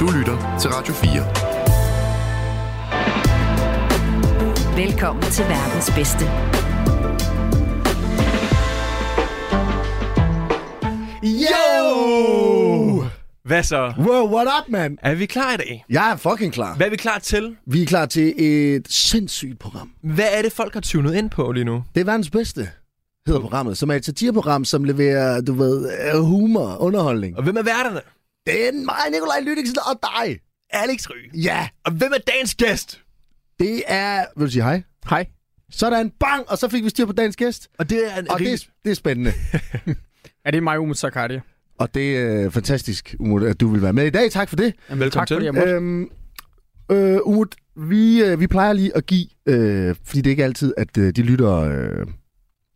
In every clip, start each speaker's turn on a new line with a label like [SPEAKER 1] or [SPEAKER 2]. [SPEAKER 1] Du lytter til Radio
[SPEAKER 2] Velkommen til verdens bedste.
[SPEAKER 3] Yo!
[SPEAKER 4] Hvad så?
[SPEAKER 3] Wow, what up, man?
[SPEAKER 4] Er vi klar i dag?
[SPEAKER 3] Jeg er fucking klar.
[SPEAKER 4] Hvad er vi klar til?
[SPEAKER 3] Vi er klar til et sindssygt program.
[SPEAKER 4] Hvad er det, folk har tunet ind på lige nu?
[SPEAKER 3] Det er verdens bedste, hedder programmet, som er et satireprogram, som leverer, du ved, øh, humor, underholdning.
[SPEAKER 4] Og hvem er værterne?
[SPEAKER 3] Det er mig, Nikolaj Lydiksen, og dig.
[SPEAKER 4] Alex Ry.
[SPEAKER 3] Ja,
[SPEAKER 4] Og hvem er dagens gæst?
[SPEAKER 3] det er... Vil du sige hej?
[SPEAKER 4] Hej.
[SPEAKER 3] Sådan, bang, og så fik vi styr på dagens gæst.
[SPEAKER 4] Og det er en
[SPEAKER 3] Og det,
[SPEAKER 4] rigtig...
[SPEAKER 3] er- det er spændende.
[SPEAKER 5] Ja, det er mig, Umut Sakardi.
[SPEAKER 3] Og det er fantastisk, Umut, at du vil være med i dag. Tak for det.
[SPEAKER 5] Jamen,
[SPEAKER 4] Velkommen
[SPEAKER 5] tak
[SPEAKER 4] til.
[SPEAKER 5] Fordi jeg måtte.
[SPEAKER 3] Øhm, øh, Umut, vi, øh, vi plejer lige at give, øh, fordi det er ikke altid, at øh, de lytter, øh,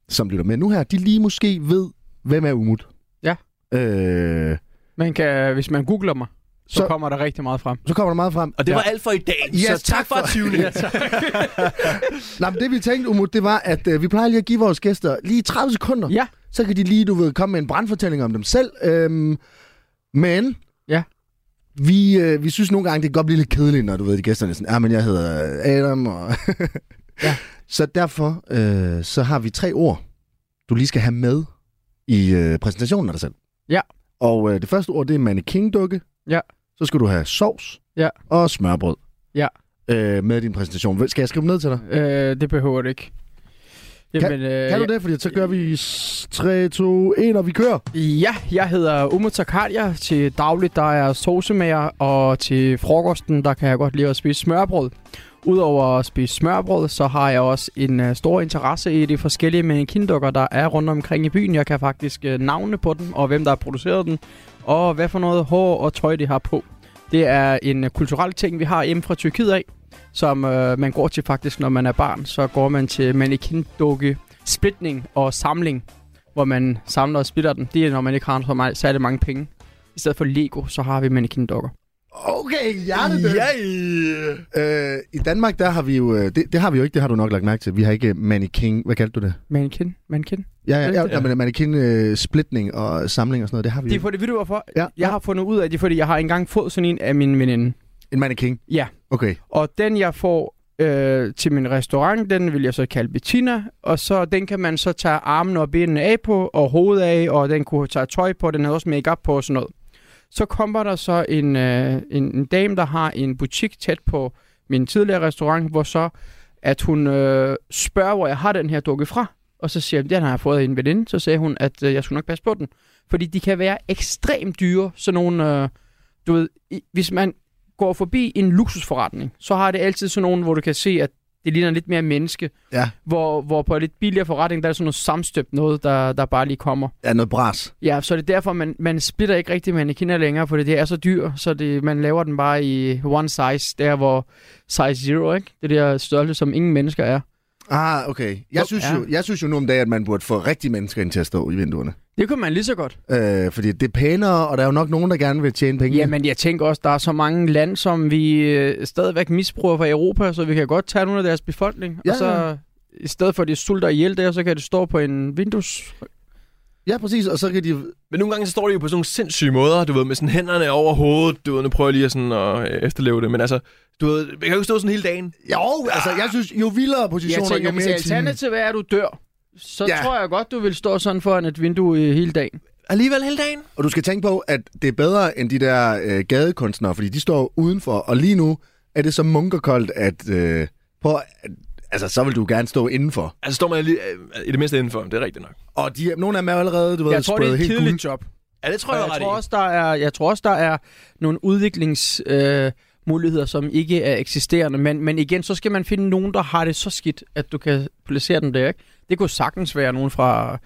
[SPEAKER 3] som lytter med nu her, de lige måske ved, hvem er Umut.
[SPEAKER 5] Ja.
[SPEAKER 3] Øh,
[SPEAKER 5] Man kan, hvis man googler mig, så,
[SPEAKER 3] Så-
[SPEAKER 5] så kommer der rigtig meget frem.
[SPEAKER 3] så kommer der meget frem.
[SPEAKER 4] Og det
[SPEAKER 5] Ja.
[SPEAKER 4] var alt for i dag,
[SPEAKER 3] Yes,
[SPEAKER 4] så tak
[SPEAKER 3] tak
[SPEAKER 4] for
[SPEAKER 3] for-
[SPEAKER 4] at tune ind.
[SPEAKER 3] Nej, men det vi tænkte, Umut, det var, at øh, vi plejer lige at give vores gæster lige 30 sekunder.
[SPEAKER 5] Ja.
[SPEAKER 3] Så kan de lige, du ved, komme med en brandfortælling om dem selv. Øhm, men...
[SPEAKER 5] Ja.
[SPEAKER 3] Vi, øh, vi synes nogle gange, det kan godt blive lidt kedeligt, når du ved, de gæsterne er sådan, ja, men jeg hedder øh, Adam, og...
[SPEAKER 5] Ja.
[SPEAKER 3] Så derfor, øh, så har vi tre ord, du lige skal have med i øh, præsentationen af dig selv.
[SPEAKER 5] Ja.
[SPEAKER 3] Og øh, det første ord, det er mannequin-dukke.
[SPEAKER 5] Ja.
[SPEAKER 3] Så skal du have sovs.
[SPEAKER 5] Ja.
[SPEAKER 3] Og smørbrød.
[SPEAKER 5] Ja.
[SPEAKER 3] Øh, med din præsentation. Skal jeg skrive dem ned til dig?
[SPEAKER 5] Øh, det behøver det ikke. øh,
[SPEAKER 3] Kan du det? Fordi så gør vi 3, 2, 1, og vi kører.
[SPEAKER 5] Ja, jeg hedder Umut Sakardia. Til dagligt, der er jeg sovsemager, og til frokosten, der kan jeg godt lide at spise smørbrød. Udover at spise smørbrød, så har jeg også en uh, stor interesse i de forskellige mannequin-dukker, der er rundt omkring i byen. Jeg kan faktisk uh, navne på dem, og hvem der har produceret den, og hvad for noget hår og tøj, de har på. Det er en øh, kulturel ting, vi har hjemme fra Tyrkiet af, som øh, man går til faktisk, når man er barn. Så går man til mannequin-dukke, splitning og samling hvor man samler og splitter dem, det er, når man ikke har så meget, særlig mange penge. I stedet for Lego, så har vi mannequin dukker.
[SPEAKER 3] Okay, hjertedød. Yeah. Øh, I Danmark, der har vi jo... øh, Det, det, har vi jo ikke, det har du nok lagt mærke til. Vi har ikke øh, mannequin... Hvad kaldte du det?
[SPEAKER 5] Mannequin? Mannequin?
[SPEAKER 3] Ja, ja, ja,
[SPEAKER 5] Ja.
[SPEAKER 3] ja. men mannequin-splitning og samling og sådan noget, det har vi jo
[SPEAKER 5] Det er
[SPEAKER 3] ikke.
[SPEAKER 5] for det, ved du hvorfor?
[SPEAKER 3] Ja,
[SPEAKER 5] Jeg
[SPEAKER 3] ja.
[SPEAKER 5] har fundet ud af det, fordi jeg har engang fået sådan en af min veninde.
[SPEAKER 3] En mannequin?
[SPEAKER 5] Ja.
[SPEAKER 3] Okay.
[SPEAKER 5] Og den, jeg får øh, til min restaurant, den vil jeg så kalde Bettina. Og så den kan man så tage armene og benene af på, og hovedet af, og den kunne tage tøj på, den havde også makeup på og sådan noget. Så kommer der så en, øh, en, en dame, der har en butik tæt på min tidligere restaurant, hvor så at hun øh, spørger, hvor jeg har den her dukke fra. Og så siger jeg, den har jeg fået af en veninde. Så sagde hun, at øh, jeg skulle nok passe på den. Fordi de kan være ekstremt dyre, sådan nogle, øh, du ved, i, hvis man går forbi en luksusforretning, så har det altid sådan nogen, hvor du kan se, at det ligner lidt mere menneske.
[SPEAKER 3] Ja.
[SPEAKER 5] Hvor, hvor på en lidt billigere forretning, der er sådan noget samstøbt noget, der, der bare lige kommer.
[SPEAKER 3] Ja, noget bras.
[SPEAKER 5] Ja, så er det derfor, man, man splitter ikke rigtig mannequiner længere, fordi det er så dyr, så det, man laver den bare i one size, der hvor size zero, ikke? Det der størrelse, som ingen mennesker er.
[SPEAKER 3] Ah, okay. Jeg synes,
[SPEAKER 5] ja.
[SPEAKER 3] jo, jeg synes jo nu om dagen, at man burde få rigtige mennesker ind til at stå i vinduerne.
[SPEAKER 5] Det kunne man lige så godt.
[SPEAKER 3] Øh, fordi det er pænere, og der er jo nok nogen, der gerne vil tjene penge.
[SPEAKER 5] Jamen, jeg tænker også, der er så mange lande, som vi øh, stadigvæk misbruger fra Europa, så vi kan godt tage nogle af deres befolkning,
[SPEAKER 3] Ja,
[SPEAKER 5] og så i stedet for, at de sulter ihjel der, så kan det stå på en Windows.
[SPEAKER 3] Ja, præcis. Og så kan de
[SPEAKER 4] Men nogle gange så står det jo på sådan nogle sindssyge måder, du ved, med sådan hænderne over hovedet, du ved, nu prøver jeg lige at sådan at øh, efterleve det, men altså, du ved, jeg kan jo ikke stå sådan hele dagen.
[SPEAKER 3] Jo, altså, jeg synes, jo vildere
[SPEAKER 5] Jeg
[SPEAKER 3] positioner,
[SPEAKER 5] tænker,
[SPEAKER 3] jo
[SPEAKER 5] hvis
[SPEAKER 3] mere i timen.
[SPEAKER 5] alternativet er, at du dør, så
[SPEAKER 3] Ja.
[SPEAKER 5] ja. tror jeg godt, du vil stå sådan foran et vindue øh, hele dagen.
[SPEAKER 4] Alligevel hele dagen?
[SPEAKER 3] Og du skal tænke på, at det er bedre end de der øh, gadekunstnere, fordi de står udenfor, og lige nu er det så munkerkoldt, at øh, på, at- altså, så vil du gerne stå indenfor.
[SPEAKER 4] Altså står man lige, øh, i det mindste indenfor, det er rigtigt nok.
[SPEAKER 3] Og de, nogle af dem er jo allerede, du ved,
[SPEAKER 5] Jeg tror, det er
[SPEAKER 3] sprayet
[SPEAKER 5] et
[SPEAKER 3] helt gule.
[SPEAKER 5] kedeligt job.
[SPEAKER 4] Ja, det tror
[SPEAKER 5] Og
[SPEAKER 4] jeg,
[SPEAKER 5] jeg,
[SPEAKER 4] var ret
[SPEAKER 5] tror
[SPEAKER 4] i.
[SPEAKER 5] også, der er, jeg tror også, der er nogle udviklingsmuligheder, øh, muligheder, som ikke er eksisterende. Men, men igen, så skal man finde nogen, der har det så skidt, at du kan placere dem der. Ikke? Det kunne sagtens være nogen fra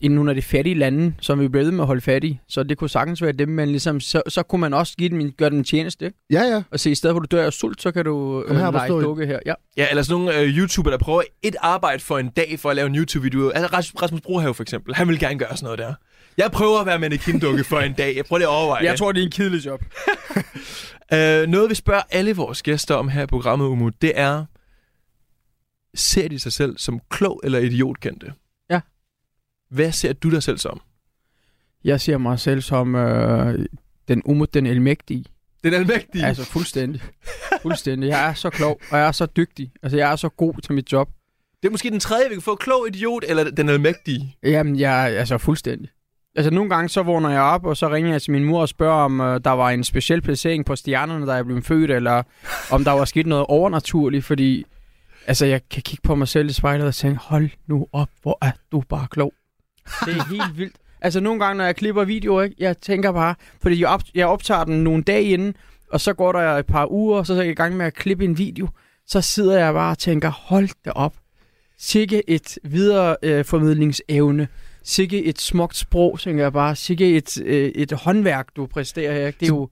[SPEAKER 5] i nogle af de fattige lande, som vi blev ved med at holde fat i. Så det kunne sagtens være dem, men ligesom, så, så kunne man også give dem, en- gøre dem en tjeneste. Ikke?
[SPEAKER 3] Ja, ja.
[SPEAKER 5] Og se, i stedet for at du dør af sult, så kan du øh,
[SPEAKER 3] Kom her og
[SPEAKER 5] lege
[SPEAKER 3] forstå i-
[SPEAKER 5] dukke her. Ja.
[SPEAKER 4] Ja, eller sådan nogle øh, YouTuber, der prøver et arbejde for en dag for at lave en YouTube-video. Altså Ras- Rasmus Brohave for eksempel, han vil gerne gøre sådan noget der. Jeg prøver at være mannequin-dukke for en dag. Jeg prøver lige at overveje
[SPEAKER 5] Jeg tror, det er en kedelig job.
[SPEAKER 4] det. Øh, noget vi spørger alle vores gæster om her i programmet, Umu, det er... Ser de sig selv som klog eller idiotkendte?
[SPEAKER 5] Ja.
[SPEAKER 4] Hvad ser du dig selv som?
[SPEAKER 5] Jeg ser mig selv som øh, den umod, den elmægtige.
[SPEAKER 4] Den almægtige.
[SPEAKER 5] Altså fuldstændig. Fuldstændig. Jeg er så klog, og jeg er så dygtig. Altså, jeg er så god til mit job.
[SPEAKER 4] Det er måske den tredje, vi kan få. Klog idiot eller den almægtige.
[SPEAKER 5] Jamen, jeg er altså fuldstændig. Altså, nogle gange så vågner jeg op, og så ringer jeg til min mor og spørger, om øh, der var en speciel placering på stjernerne, da jeg blev født, eller om der var sket noget overnaturligt, fordi... Altså, jeg kan kigge på mig selv i spejlet og tænke, hold nu op, hvor er du bare klog. Det er helt vildt. Altså, nogle gange, når jeg klipper videoer, ikke, jeg tænker bare... Fordi jeg, op, jeg optager den nogle dage inden, og så går der et par uger, og så er jeg i gang med at klippe en video. Så sidder jeg bare og tænker, hold da op. Sikke et videreformidlingsevne. Øh, Sikke et smukt sprog, tænker jeg bare. Sikke et, øh, et håndværk, du præsterer her. ikke? Det er jo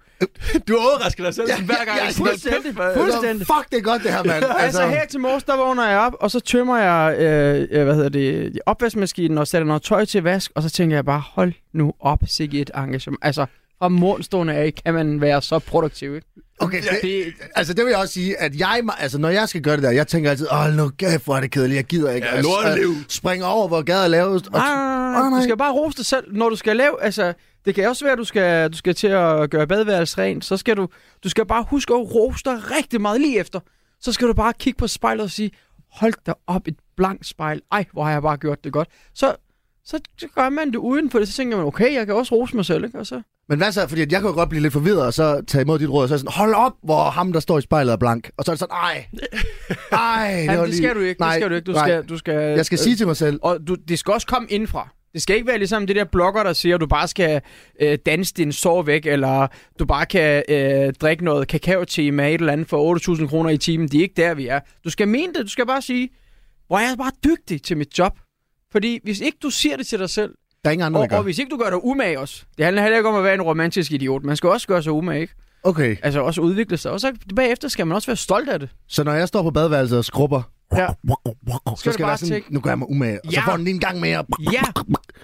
[SPEAKER 4] Du overrasker dig selv ja, hver gang.
[SPEAKER 3] ja,
[SPEAKER 4] jeg
[SPEAKER 5] fuldstændig, fuldstændig.
[SPEAKER 3] Fuck, det er godt, det her, mand.
[SPEAKER 5] Altså her til morges, der vågner jeg op, og så tømmer jeg, øh, øh, hvad hedder det, opvaskemaskinen og sætter noget tøj til vask, og så tænker jeg bare, hold nu op, sikke et engagement. Altså, fra morgenstående af, kan man være så produktiv, ikke?
[SPEAKER 3] Okay, det, altså det vil jeg også sige, at jeg, altså når jeg skal gøre det der, jeg tænker altid, åh, nu kæft, hvor er det kedeligt, jeg gider ikke.
[SPEAKER 4] Ja,
[SPEAKER 3] Altså,
[SPEAKER 4] lorteliv.
[SPEAKER 3] øh, Springer over, hvor gader er lavest. og-
[SPEAKER 5] Nej, nej, nej,
[SPEAKER 3] Åh,
[SPEAKER 5] nej. Du skal bare rose dig selv, når du skal lave, altså, det kan også være, at du skal, du skal til at gøre badeværelset rent, så skal du, du skal bare huske at rose dig rigtig meget lige efter. Så skal du bare kigge på spejlet og sige, hold da op et blankt spejl, ej, hvor har jeg bare gjort det godt. Så, så gør man det uden for det, så tænker man, okay, jeg kan også rose mig selv, ikke? Og så,
[SPEAKER 3] Men hvad så? Fordi at jeg kunne godt blive lidt forvirret, og så tage imod dit råd, og så er jeg sådan, hold op, hvor ham, der står i spejlet, er blank. Og så er det sådan, ej, ej.
[SPEAKER 5] Jamen,
[SPEAKER 3] var
[SPEAKER 5] det
[SPEAKER 3] lige-
[SPEAKER 5] skal du ikke,
[SPEAKER 3] Nej,
[SPEAKER 5] det skal du ikke, du
[SPEAKER 3] nej.
[SPEAKER 5] skal, du skal,
[SPEAKER 3] Jeg skal sige til mig selv,
[SPEAKER 5] Og du, det skal også komme indfra. Det skal ikke være ligesom det der blogger, der siger, at du bare skal øh, danse din sår væk, eller du bare kan øh, drikke noget kakao-te med et eller andet for 8.000 kroner i timen. Det er ikke der, vi er. Du skal mene det. Du skal bare sige, hvor er jeg bare dygtig til mit job. Fordi hvis ikke du siger det til dig selv,
[SPEAKER 3] der er ingen andre,
[SPEAKER 5] og,
[SPEAKER 3] der
[SPEAKER 5] og
[SPEAKER 3] gør.
[SPEAKER 5] hvis ikke du gør dig umage også. Det handler heller ikke om at være en romantisk idiot. Man skal også gøre sig umage, ikke?
[SPEAKER 3] Okay,
[SPEAKER 5] Altså også udvikle sig. Og så bagefter skal man også være stolt af det.
[SPEAKER 3] så når jeg står på badeværelset og skrubber,
[SPEAKER 5] Ja.
[SPEAKER 3] så skal
[SPEAKER 5] bare
[SPEAKER 3] jeg være sådan,
[SPEAKER 5] tænke-
[SPEAKER 3] nu gør jeg mig umage, og så
[SPEAKER 5] Ja.
[SPEAKER 3] får den lige en gang mere.
[SPEAKER 5] Ja.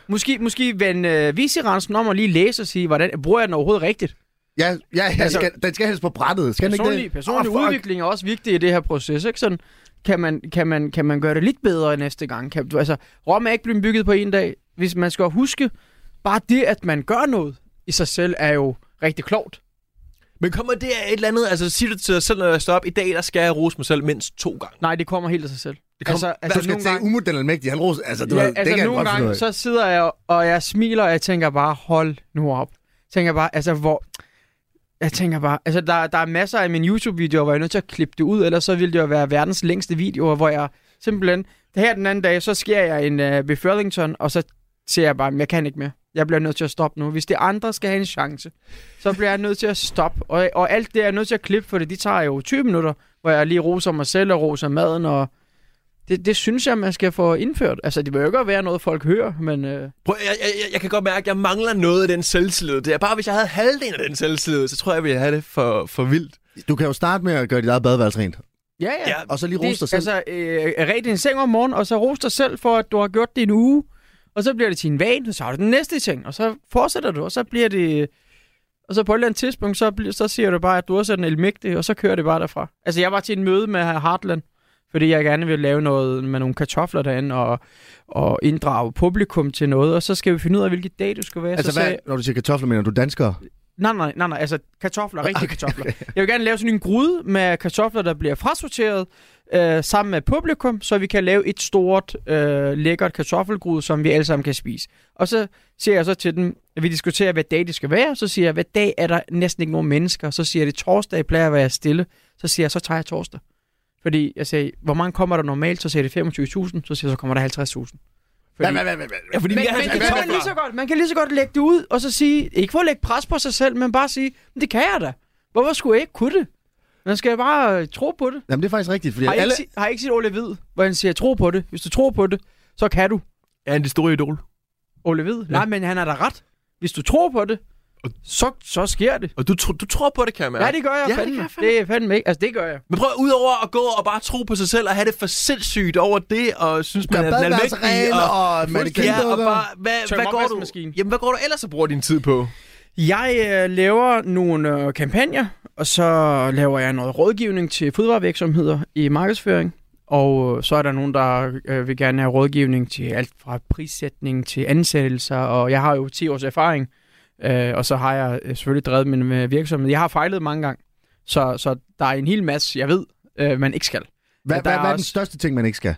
[SPEAKER 5] Måske, måske vende øh, viserensen om og lige læse og sige, hvordan bruger jeg den overhovedet rigtigt?
[SPEAKER 3] Ja, ja, jeg
[SPEAKER 5] Altså-
[SPEAKER 3] skal, den skal helst på brættet. Skal den ikke
[SPEAKER 5] personlig,
[SPEAKER 3] det?
[SPEAKER 5] personlig
[SPEAKER 3] Åh,
[SPEAKER 5] oh,
[SPEAKER 3] fuck.
[SPEAKER 5] udvikling er også vigtig i det her proces, ikke? Sådan, kan man, kan, man, kan man gøre det lidt bedre næste gang? Kan, du, altså, Rom er ikke blevet bygget på en dag. Hvis man skal huske, bare det, at man gør noget i sig selv, er jo rigtig klogt.
[SPEAKER 4] Men kommer det af et eller andet? Altså siger du til dig selv, når jeg står op i dag, der skal jeg rose mig selv mindst to gange.
[SPEAKER 5] Nej, det kommer helt af sig selv. Altså,
[SPEAKER 4] Det kom-
[SPEAKER 3] Du skal tage umut den almægtige, han roser. Altså, du
[SPEAKER 5] ja,
[SPEAKER 3] ved, det
[SPEAKER 5] altså
[SPEAKER 3] kan jeg
[SPEAKER 5] nogle
[SPEAKER 3] godt finde ud
[SPEAKER 5] gange,
[SPEAKER 3] af.
[SPEAKER 5] så sidder jeg, og jeg smiler, og jeg tænker bare, hold nu op. Tænker bare, altså hvor... Jeg tænker bare, altså der, der er masser af mine YouTube-videoer, hvor jeg er nødt til at klippe det ud, ellers så ville det jo være verdens længste videoer, hvor jeg simpelthen... Det her den anden dag, så sker jeg en uh, Befurlington, og så siger jeg bare, "Men jeg kan ikke mere. Jeg bliver nødt til at stoppe nu. Hvis det andre skal have en chance, så bliver jeg nødt til at stoppe. Og, og alt det, jeg er nødt til at klippe for det, de tager jo 20 minutter, hvor jeg lige roser mig selv og roser maden og det, det synes jeg, man skal få indført. Altså, det behøver ikke at være noget, folk hører, men... Øh,
[SPEAKER 4] Prøv, jeg, jeg, jeg, jeg kan godt mærke, at jeg mangler noget af den selvtillid. Det er bare, hvis jeg havde halvdelen af den selvtillid, så tror jeg, jeg ville have det for, for vildt.
[SPEAKER 3] Du kan jo starte med at gøre dit eget badeværelse rent,
[SPEAKER 5] ja, ja.
[SPEAKER 4] Ja,
[SPEAKER 3] og så lige rose dig
[SPEAKER 5] det,
[SPEAKER 3] selv.
[SPEAKER 5] altså, øh, red din seng om morgenen, og så ros dig selv for, at du har gjort det i en uge. Og så bliver det til en vane, og så har du den næste ting, og så fortsætter du, og så bliver det... Og så på et eller andet tidspunkt, så, bliver, så siger du bare, at du også er den elmægtige, og så kører det bare derfra. Altså, jeg var til en møde med herr Hartland, fordi jeg gerne vil lave noget med nogle kartofler derinde, og, og inddrage publikum til noget, og så skal vi finde ud af, hvilket dag du skal være.
[SPEAKER 3] Altså,
[SPEAKER 5] så
[SPEAKER 3] hvad,
[SPEAKER 5] sagde-
[SPEAKER 3] når du siger kartofler, mener du danskere?
[SPEAKER 5] Nej, nej, nej, nej, altså kartofler, rigtige okay. kartofler. Jeg vil gerne lave sådan en gryde med kartofler, der bliver frasorteret øh, sammen med publikum, så vi kan lave et stort, øh, lækkert kartoffelgryde, som vi alle sammen kan spise. Og så siger jeg så til dem, at vi diskuterer, hvad dag det skal være. Så siger jeg, hvad dag er der næsten ikke nogen mennesker. Så siger jeg, det er torsdag plejer at være stille. Så siger jeg, så tager jeg torsdag. Fordi jeg sagde, hvor mange kommer der normalt? Så siger det 25.000. Så siger jeg, så kommer der 50.000.
[SPEAKER 3] Hvad, hvad, hvad, hvad, hvad?
[SPEAKER 4] Ja, fordi
[SPEAKER 5] Men,
[SPEAKER 4] vi er
[SPEAKER 5] men
[SPEAKER 4] altså
[SPEAKER 5] det kan man,
[SPEAKER 4] kartofler.
[SPEAKER 5] lige så godt, man kan lige så godt lægge det ud, og så sige, ikke for at lægge pres på sig selv, men bare sige, men det kan jeg da. Hvorfor skulle jeg ikke kunne det? Man skal bare øh, tro på det.
[SPEAKER 3] Jamen, det er faktisk rigtigt, fordi
[SPEAKER 5] Har I
[SPEAKER 3] alle...
[SPEAKER 5] ikke, se- har I ikke set Ole Hvid, hvor han siger, tro på det. Hvis du tror på det, så kan du.
[SPEAKER 4] Er han det store idol?
[SPEAKER 5] Ole Hvid. Ja. Nej, men han har da ret. Hvis du tror på det, så, så sker det.
[SPEAKER 4] Og du, tro, du tror på det, kan man.
[SPEAKER 5] Ja, det gør jeg
[SPEAKER 4] Ja, det
[SPEAKER 5] fandme.
[SPEAKER 4] gør jeg
[SPEAKER 5] Det,
[SPEAKER 4] fandme.
[SPEAKER 5] det er fandme ikke. Altså, det gør jeg.
[SPEAKER 4] Men prøv udover at gå og bare tro på sig selv og have det for sindssygt over det, og synes,
[SPEAKER 3] Gør
[SPEAKER 4] man er den
[SPEAKER 3] badeværelse
[SPEAKER 4] almægtige,
[SPEAKER 3] rent,
[SPEAKER 4] og...
[SPEAKER 3] og mannequin
[SPEAKER 4] Ja, og bare, hvad,
[SPEAKER 5] Tøm
[SPEAKER 4] hvad går du,
[SPEAKER 5] opvaskemaskinen.
[SPEAKER 4] jamen, hvad går du ellers og bruger din tid på?
[SPEAKER 5] Jeg øh, laver nogle øh, kampagner, og så laver jeg noget rådgivning til fødevarevirksomheder i markedsføring. Og øh, så er der nogen, der øh, vil gerne have rådgivning til alt fra prissætning til ansættelser, og jeg har jo 10 års erfaring Øh, og så har jeg øh, selvfølgelig drevet min øh, virksomhed. Jeg har fejlet mange gange, så, så der er en hel masse, jeg ved, øh, man ikke skal.
[SPEAKER 3] Hvad,
[SPEAKER 5] Ja, der
[SPEAKER 3] hvad,
[SPEAKER 5] er
[SPEAKER 3] hvad er den
[SPEAKER 5] også-
[SPEAKER 3] største ting, man ikke skal?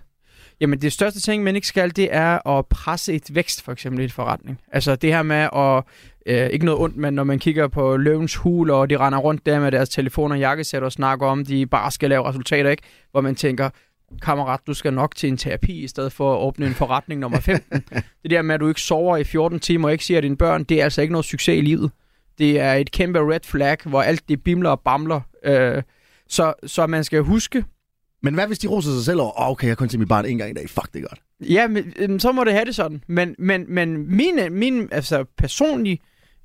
[SPEAKER 5] Jamen det største ting, man ikke skal, det er at presse et vækst, for eksempel i et forretning. Altså det her med at, øh, ikke noget ondt, men når man kigger på løvens hul, og de render rundt der med deres telefoner og jakkesæt og snakker om, de bare skal lave resultater, ikke? Hvor man tænker, kammerat, du skal nok til en terapi, i stedet for at åbne en forretning nummer 15. det der med, at du ikke sover i 14 timer og ikke siger dine børn, det er altså ikke noget succes i livet. Det er et kæmpe red flag, hvor alt det bimler og bamler. Øh, så, så man skal huske,
[SPEAKER 3] Men hvad hvis de roser sig selv over, oh, okay, jeg kun til mit barn en gang i dag, fuck det er godt.
[SPEAKER 5] Ja, men, øhm, så må det have det sådan. Men, men, men min, min altså personlige,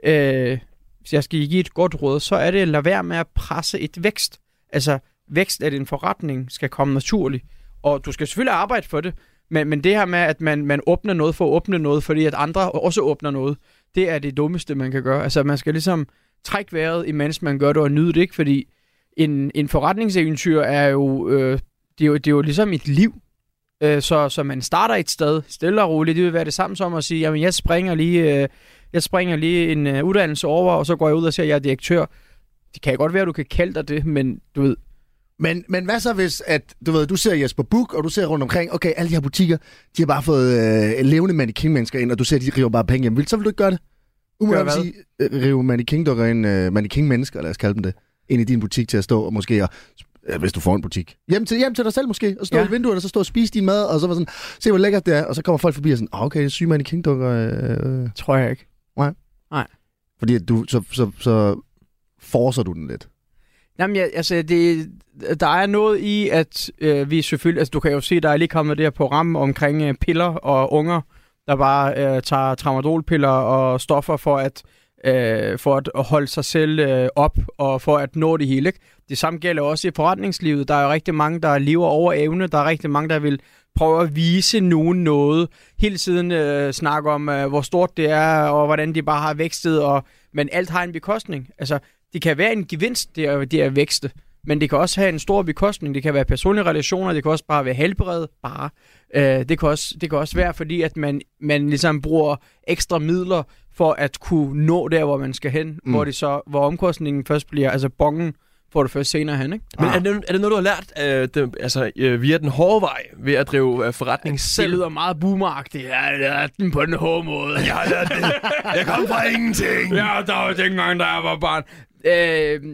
[SPEAKER 5] øh, hvis jeg skal give et godt råd, så er det at lade være med at presse et vækst. Altså, vækst af din forretning skal komme naturligt. Og du skal selvfølgelig arbejde for det, men, men det her med, at man, man åbner noget for at åbne noget, fordi at andre også åbner noget, det er det dummeste, man kan gøre. Altså, man skal ligesom trække vejret, imens man gør det, og nyde det, ikke? Fordi en, en forretningseventyr er jo, øh, det er jo, det er jo ligesom et liv. Øh, så, så man starter et sted, stille og roligt. Det vil være det samme som at sige, jamen jeg springer lige, øh, jeg springer lige en øh, uddannelse over, og så går jeg ud og siger, at jeg er direktør. Det kan godt være, at du kan kalde dig det, men du ved,
[SPEAKER 3] Men, men hvad så hvis, at du ved, du ser Jesper Buk, og du ser rundt omkring, okay, alle de her butikker, de har bare fået øh, levende mannequin-mennesker ind, og du ser, at de river bare penge hjem. Vil, så vil du ikke gøre det? Umiddelbart
[SPEAKER 5] Gøre
[SPEAKER 3] sige, øh, rive mannequin-dukker ind, øh, mannequin-mennesker, lad os kalde dem det, ind i din butik til at stå, og måske, og, øh, hvis du får en butik, hjem til, hjem til dig selv måske, og stå
[SPEAKER 5] Ja.
[SPEAKER 3] ja. i vinduerne, og så stå og spise din mad, og så var sådan, se hvor lækkert det er, og så kommer folk forbi og sådan, ah, okay, syge mannequin-dukker, øh, øh.
[SPEAKER 5] tror jeg ikke.
[SPEAKER 3] fordi at du, så, så, så forser du den lidt.
[SPEAKER 5] Jamen, jeg, altså, det, der er noget i, at øh, vi selvfølgelig... Altså, du kan jo se, der er lige kommet det her program omkring øh, piller og unger, der bare øh, tager tramadolpiller og stoffer for at, øh, for at holde sig selv øh, op og for at nå det hele. Ikke? Det samme gælder også i forretningslivet. Der er jo rigtig mange, der lever over evne. Der er rigtig mange, der vil prøve at vise nogen noget. Hele tiden øh, snakke om, øh, hvor stort det er, og hvordan de bare har vækstet. Og, men alt har en bekostning. Altså, det kan være en gevinst, det er, det er at vækste, men det kan også have en stor bekostning. Det kan være personlige relationer, det kan også bare være helbred, bare. Øh, det, kan også, det kan også være, fordi at man, man ligesom bruger ekstra midler for at kunne nå der, hvor man skal hen, mm.
[SPEAKER 3] Mm.
[SPEAKER 5] hvor, det så, hvor omkostningen først bliver, altså bongen får du først senere hen, ikke? Ah.
[SPEAKER 4] Men er det, er det noget, du har lært øh, dem, altså, øh, via den hårde vej ved at drive øh, forretning
[SPEAKER 5] Det
[SPEAKER 4] selv?
[SPEAKER 5] lyder meget boomeragtigt. Ja, jeg er den på den hårde måde.
[SPEAKER 4] Jeg har lært det. Jeg kom fra ingenting.
[SPEAKER 5] Ja, der var dengang, da jeg var barn. Øh,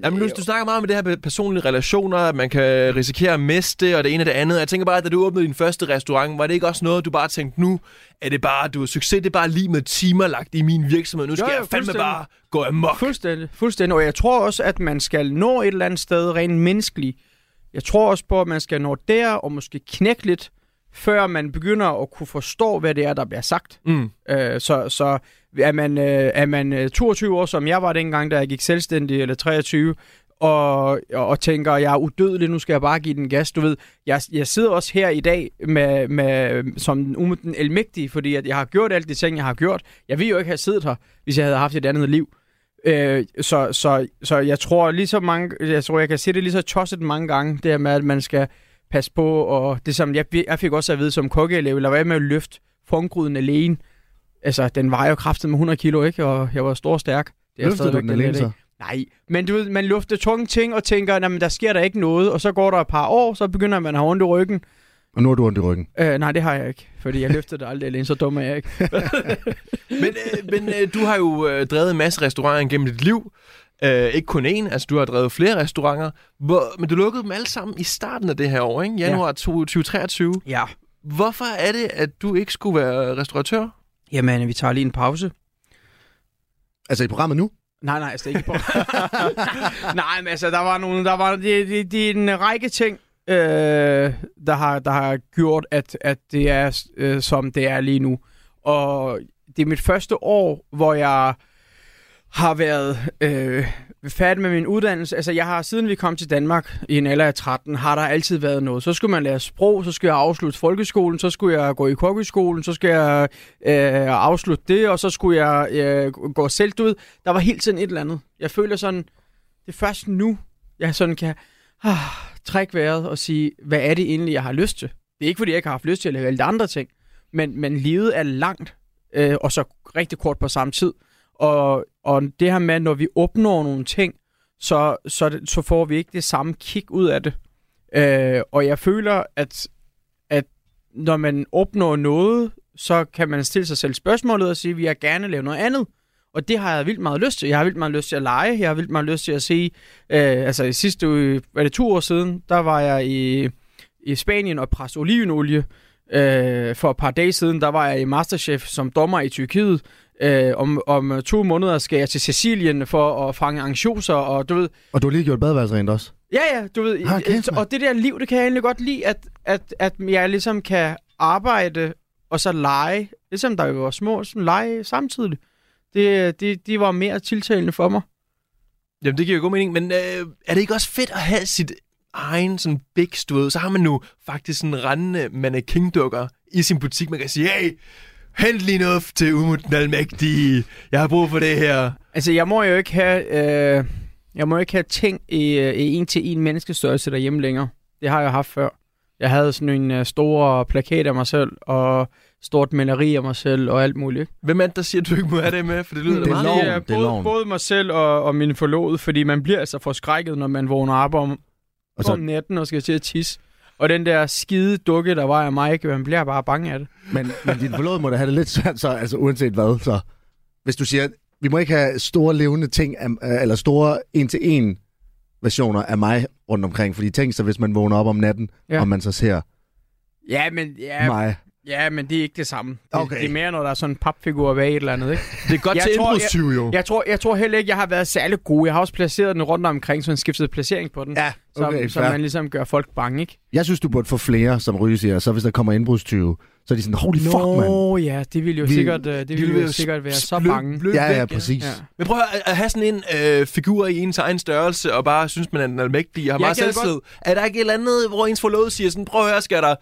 [SPEAKER 4] Jamen, nu, du snakker meget om det her med personlige relationer, at man kan risikere at miste, og det ene og det andet. Jeg tænker bare, at da du åbnede din første restaurant, var det ikke også noget, du bare tænkte, nu er det bare, du succes, det er bare lige med timer lagt i min virksomhed. Nu skal
[SPEAKER 5] jo,
[SPEAKER 4] jeg fandme
[SPEAKER 5] fuldstændig.
[SPEAKER 4] bare gå amok.
[SPEAKER 5] Fuldstændig, fuldstændig. Og jeg tror også, at man skal nå et eller andet sted rent menneskeligt. Jeg tror også på, at man skal nå der og måske knække lidt, før man begynder at kunne forstå, hvad det er, der bliver sagt.
[SPEAKER 4] Mm.
[SPEAKER 5] Øh, så, så er man, øh, er man øh, 22 år, som jeg var dengang, da jeg gik selvstændig, eller 23, og, og, og tænker, jeg er udødelig, nu skal jeg bare give den gas. Du ved, jeg, jeg sidder også her i dag med, med, som den umiddel- den almægtige, fordi at jeg har gjort alle de ting, jeg har gjort. Jeg ville jo ikke have siddet her, hvis jeg havde haft et andet liv. Øh, så, så, så jeg tror lige så mange, jeg tror, jeg kan sige det lige så tosset mange gange, det her med, at man skal passe på, og det som jeg, jeg fik også at vide som kokkeelev, eller hvad med at løfte formgryden alene. Altså, den vejer jo kraftet med 100 kilo, ikke? Og jeg var stor og stærk. Det er
[SPEAKER 3] Løftede du
[SPEAKER 5] stadigvæk
[SPEAKER 3] den
[SPEAKER 5] lidt,
[SPEAKER 3] alene
[SPEAKER 5] ikke?
[SPEAKER 3] så?
[SPEAKER 5] Nej, men du ved, man lufter tunge ting og tænker, nej, men der sker der ikke noget, og så går der et par år, så begynder man at have ondt i ryggen.
[SPEAKER 3] Og nu har du ondt i ryggen.
[SPEAKER 5] Øh, nej, det har jeg ikke, fordi jeg løftede det aldrig alene, så dum er jeg ikke.
[SPEAKER 4] Men, øh, men øh, du har jo øh, drevet en masse restauranter gennem dit liv. Øh, ikke kun én, altså du har drevet flere restauranter. Hvor, men du lukkede dem alle sammen i starten af det her år, ikke? Januar ja. 2023.
[SPEAKER 5] Ja.
[SPEAKER 4] Hvorfor er det, at du ikke skulle være restauratør?
[SPEAKER 5] Jamen, vi tager lige en pause.
[SPEAKER 3] Altså i programmet nu?
[SPEAKER 5] Nej, nej, altså ikke på. nej, men altså, der var nogle, der var, det, det, det er en række ting, øh, der, har, der har gjort, at, at det er, øh, som det er lige nu. Og det er mit første år, hvor jeg har været øh, færdig med min uddannelse. Altså, jeg har, siden vi kom til Danmark i en alder af 13, har der altid været noget. Så skulle man lære sprog, så skulle jeg afslutte folkeskolen, så skulle jeg gå i kokkeskolen, så skulle jeg øh, afslutte det, og så skulle jeg øh, gå selv ud. Der var hele tiden et eller andet. Jeg føler sådan, det er først nu, jeg sådan kan ah, trække vejret og sige, hvad er det egentlig, jeg har lyst til? Det er ikke, fordi jeg ikke har haft lyst til at lave alle de andre ting, men, men livet er langt, øh, og så rigtig kort på samme tid. Og, og det her med, at når vi opnår nogle ting, så, så, det- så får vi ikke det samme kick ud af det. Øh, og jeg føler, at, at når man opnår noget, så kan man stille sig selv spørgsmålet og sige, at jeg gerne lave noget andet. Og det har jeg vildt meget lyst til. Jeg har vildt meget lyst til at lege. Jeg har vildt meget lyst til at se... Øh, altså i sidste uge, var det to år siden, der var jeg i, i Spanien og presse olivenolie. Øh, for et par dage siden, der var jeg i Masterchef som dommer i Tyrkiet. Øh, om, om to måneder skal jeg til Sicilien for at fange angioser, og du ved,
[SPEAKER 3] Og du har lige gjort badeværelset rent også.
[SPEAKER 5] Ja, ja, du ved.
[SPEAKER 3] Ah,
[SPEAKER 5] Ah,
[SPEAKER 3] kæft,
[SPEAKER 5] kæft,
[SPEAKER 3] mand.
[SPEAKER 5] og det der liv, det kan jeg egentlig godt lide, at, at, at jeg ligesom kan arbejde og så lege. Ligesom der jo var små, sådan lege samtidig. Det, det, det var mere tiltalende for mig.
[SPEAKER 4] Jamen, det giver jo god mening, men øh, er det ikke også fedt at have sit egen sådan biks, du ved? Så har man nu faktisk sådan rendende mannequin-dukker i sin butik. Man kan sige, hey, hent lige noget til Umut den Almægtige. Jeg har brug for det her.
[SPEAKER 5] Altså, jeg må jo ikke have, øh, jeg må ikke have ting i, øh, i en til en menneskestørrelse derhjemme længere. Det har jeg haft før. Jeg havde sådan en øh, stor plakat af mig selv, og stort maleri af mig selv, og alt muligt.
[SPEAKER 4] Hvem er det, der siger, at du ikke må have det med? For det lyder da
[SPEAKER 3] Det er
[SPEAKER 4] meget.
[SPEAKER 3] loven,
[SPEAKER 5] Mm, er
[SPEAKER 3] det er
[SPEAKER 5] både,
[SPEAKER 3] loven.
[SPEAKER 5] både mig selv og, og min forlovede, fordi man bliver altså forskrækket, når man vågner op om,
[SPEAKER 3] Og
[SPEAKER 5] så...
[SPEAKER 3] så,
[SPEAKER 5] om natten og skal til at tisse. Og den der skide dukke, der var af mig, ikke? man bliver bare bange af det.
[SPEAKER 3] men, men din forlod må da have det lidt svært, så, altså uanset hvad. Så. Hvis du siger, vi må ikke have store levende ting, af- øh, eller store en-til-en versioner af mig rundt omkring. Fordi tænk så, hvis man vågner op om natten,
[SPEAKER 5] Ja.
[SPEAKER 3] ja. og man så ser
[SPEAKER 5] Ja, men, ja,
[SPEAKER 3] ja. mig.
[SPEAKER 5] ja, men det er ikke det samme. Det,
[SPEAKER 3] Okay.
[SPEAKER 5] det er mere, når der er sådan en papfigur bag et eller andet, ikke?
[SPEAKER 4] Det er godt
[SPEAKER 5] Jeg
[SPEAKER 4] til
[SPEAKER 5] tror, jeg-
[SPEAKER 4] indbrudstyve, jo.
[SPEAKER 5] Jeg tror, jeg tror heller ikke, jeg har været særlig god. Jeg har også placeret den rundt omkring, så man skiftede placering på den.
[SPEAKER 3] Ja, okay,
[SPEAKER 5] som, som
[SPEAKER 3] fair.
[SPEAKER 5] man ligesom gør folk bange, ikke?
[SPEAKER 3] Jeg synes, du burde få flere, som Ryge siger. Så hvis der kommer indbrudstyve, så er de sådan, holy Nå. fuck, mand.
[SPEAKER 5] Nå, ja, det ville jo
[SPEAKER 3] Vi-
[SPEAKER 5] sikkert, øh, det ville jo sikkert være så bange.
[SPEAKER 4] Blød,
[SPEAKER 3] Ja, ja, præcis.
[SPEAKER 5] Ja.
[SPEAKER 3] Ja.
[SPEAKER 4] Men prøv at, høre, at have sådan en øh, figur i ens egen størrelse, og bare synes, man er den almægtige, og har
[SPEAKER 5] Jeg
[SPEAKER 4] meget
[SPEAKER 5] gad
[SPEAKER 4] selvtid. Er der ikke et eller andet, hvor ens forlovede siger sådan, prøv at høre, skatter,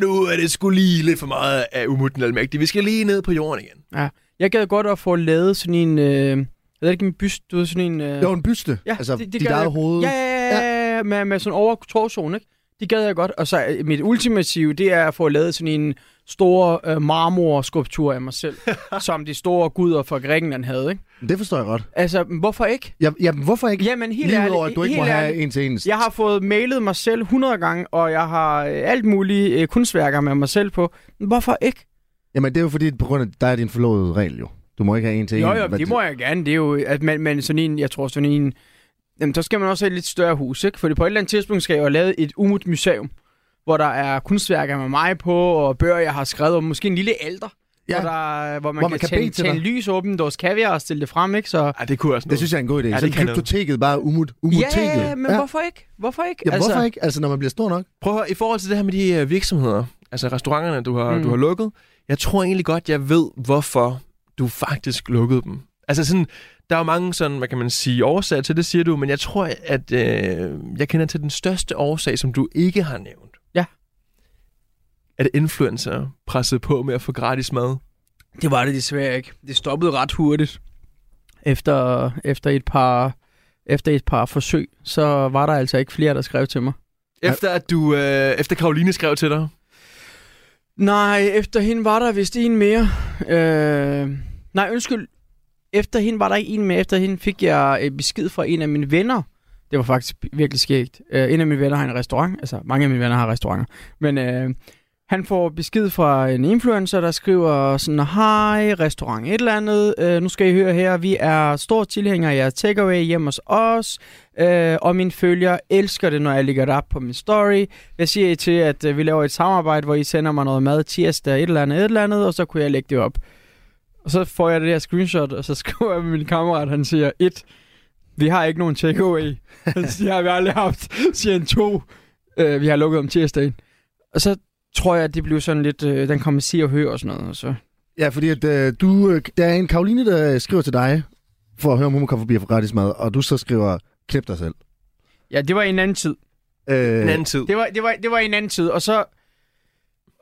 [SPEAKER 4] nu er det sgu lige lidt for meget af Umut den almægtige. Vi skal lige ned på jorden igen.
[SPEAKER 5] Jeg gad godt at få lavet sådan en... Øh, jeg ved ikke, en byst, du ved, sådan en... Øh,
[SPEAKER 3] Det var en byste.
[SPEAKER 5] Ja,
[SPEAKER 3] Ja, altså,
[SPEAKER 5] det-
[SPEAKER 3] det,
[SPEAKER 5] det
[SPEAKER 3] det dit
[SPEAKER 5] gør
[SPEAKER 3] eget
[SPEAKER 5] jeg.
[SPEAKER 3] hoved.
[SPEAKER 5] Ja, ja, ja, ja, med, med sådan over torsoen, ikke? Det gad jeg godt. Og så øh, mit ultimative, det er at få lavet sådan en stor øh, marmorskulptur af mig selv, som de store guder fra Grækenland havde, ikke?
[SPEAKER 3] Det forstår jeg godt.
[SPEAKER 5] Altså, hvorfor ikke?
[SPEAKER 3] Ja, jamen, hvorfor ikke?
[SPEAKER 5] Jamen, helt
[SPEAKER 3] Lige
[SPEAKER 5] ærligt.
[SPEAKER 3] udover, at du ikke
[SPEAKER 5] helt
[SPEAKER 3] må have
[SPEAKER 5] ærligt.
[SPEAKER 3] en til en.
[SPEAKER 5] Jeg har fået mailet mig selv 100 gange, og jeg har øh, alt muligt øh, kunstværker med mig selv på. Men Hvorfor ikke?
[SPEAKER 3] Jamen, det er jo fordi, på grund af dig er din forlovede regel jo. Du må ikke have en til en.
[SPEAKER 5] Jo, jo,
[SPEAKER 3] Hvad-
[SPEAKER 5] det må jeg gerne. Det er jo, at man, man sådan en, jeg tror sådan en, jamen, så skal man også have et lidt større hus, ikke? Fordi på et eller andet tidspunkt skal jeg jo have lavet et umut museum, hvor der er kunstværker med mig på, og bøger, jeg har skrevet, og måske en lille alder, ja.
[SPEAKER 3] Ja.
[SPEAKER 5] hvor, der, hvor man
[SPEAKER 3] Hvor
[SPEAKER 5] kan,
[SPEAKER 3] man kan
[SPEAKER 5] kan tænde,
[SPEAKER 3] bede til
[SPEAKER 5] tænde
[SPEAKER 3] dig.
[SPEAKER 5] lys åbent, dås kaviar og stille det frem, ikke? Så, ja,
[SPEAKER 4] Ja, det kunne også
[SPEAKER 3] Det synes jeg er en god idé.
[SPEAKER 4] Ja,
[SPEAKER 3] Ja,
[SPEAKER 4] det
[SPEAKER 3] så
[SPEAKER 4] kan noget.
[SPEAKER 3] kryptoteket bare umut, umuteket.
[SPEAKER 5] ja, men ja. hvorfor ikke? Hvorfor ikke?
[SPEAKER 3] Jamen, altså... hvorfor ikke? Altså, når man bliver stor nok.
[SPEAKER 4] Prøv at høre, i forhold til det her med de øh, virksomheder, altså restauranterne, du har,
[SPEAKER 5] Mm.
[SPEAKER 4] mm. du har lukket, jeg tror egentlig godt, jeg ved, hvorfor du faktisk lukkede dem. Altså sådan, der er jo mange sådan, hvad kan man sige, årsager til det, siger du, men jeg tror, at øh, jeg kender til den største årsag, som du ikke har nævnt.
[SPEAKER 5] Ja.
[SPEAKER 4] At influencer pressede på med at få gratis mad.
[SPEAKER 5] Det var det desværre ikke. Det stoppede ret hurtigt. Efter, efter, et par, efter et par forsøg, så var der altså ikke flere, der skrev til mig.
[SPEAKER 4] Efter at du, øh, efter Karoline skrev til dig.
[SPEAKER 5] Nej, efter hende var der vist en mere. Øh, nej, undskyld. Efter hende var der ikke en mere. Efter hende fik jeg et besked fra en af mine venner. Det var faktisk virkelig skægt. Øh, en af mine venner har en restaurant. Altså, mange af mine venner har restauranter. Men øh, han får besked fra en influencer, der skriver sådan, Hej, restaurant et eller andet. Øh, nu skal I høre her. Vi er store tilhængere af jeres takeaway hjemme hos os. Øh, og mine følgere elsker det, når jeg lægger det op på min story. Hvad siger I til, at øh, vi laver et samarbejde, hvor I sender mig noget mad tirsdag, et eller andet, et eller andet, og så kunne jeg lægge det op. Og så får jeg det her screenshot, og så skriver jeg med min kammerat, han siger, et, vi har ikke nogen takeaway. Han siger, "Det har vi aldrig haft. Siger han to, øh, vi har lukket om tirsdagen. Og så tror jeg, at det blev sådan lidt, øh, den kommer sige og høre og sådan noget. Og så.
[SPEAKER 3] Ja, fordi at, øh, du, øh, der er en Karoline, der skriver til dig, for at høre, om hun må komme forbi og få gratis mad, og du så skriver, knip dig selv.
[SPEAKER 5] Ja, det var i en anden tid.
[SPEAKER 3] Øh,
[SPEAKER 4] En anden tid.
[SPEAKER 5] Det var, det var, det var i en anden tid, og så...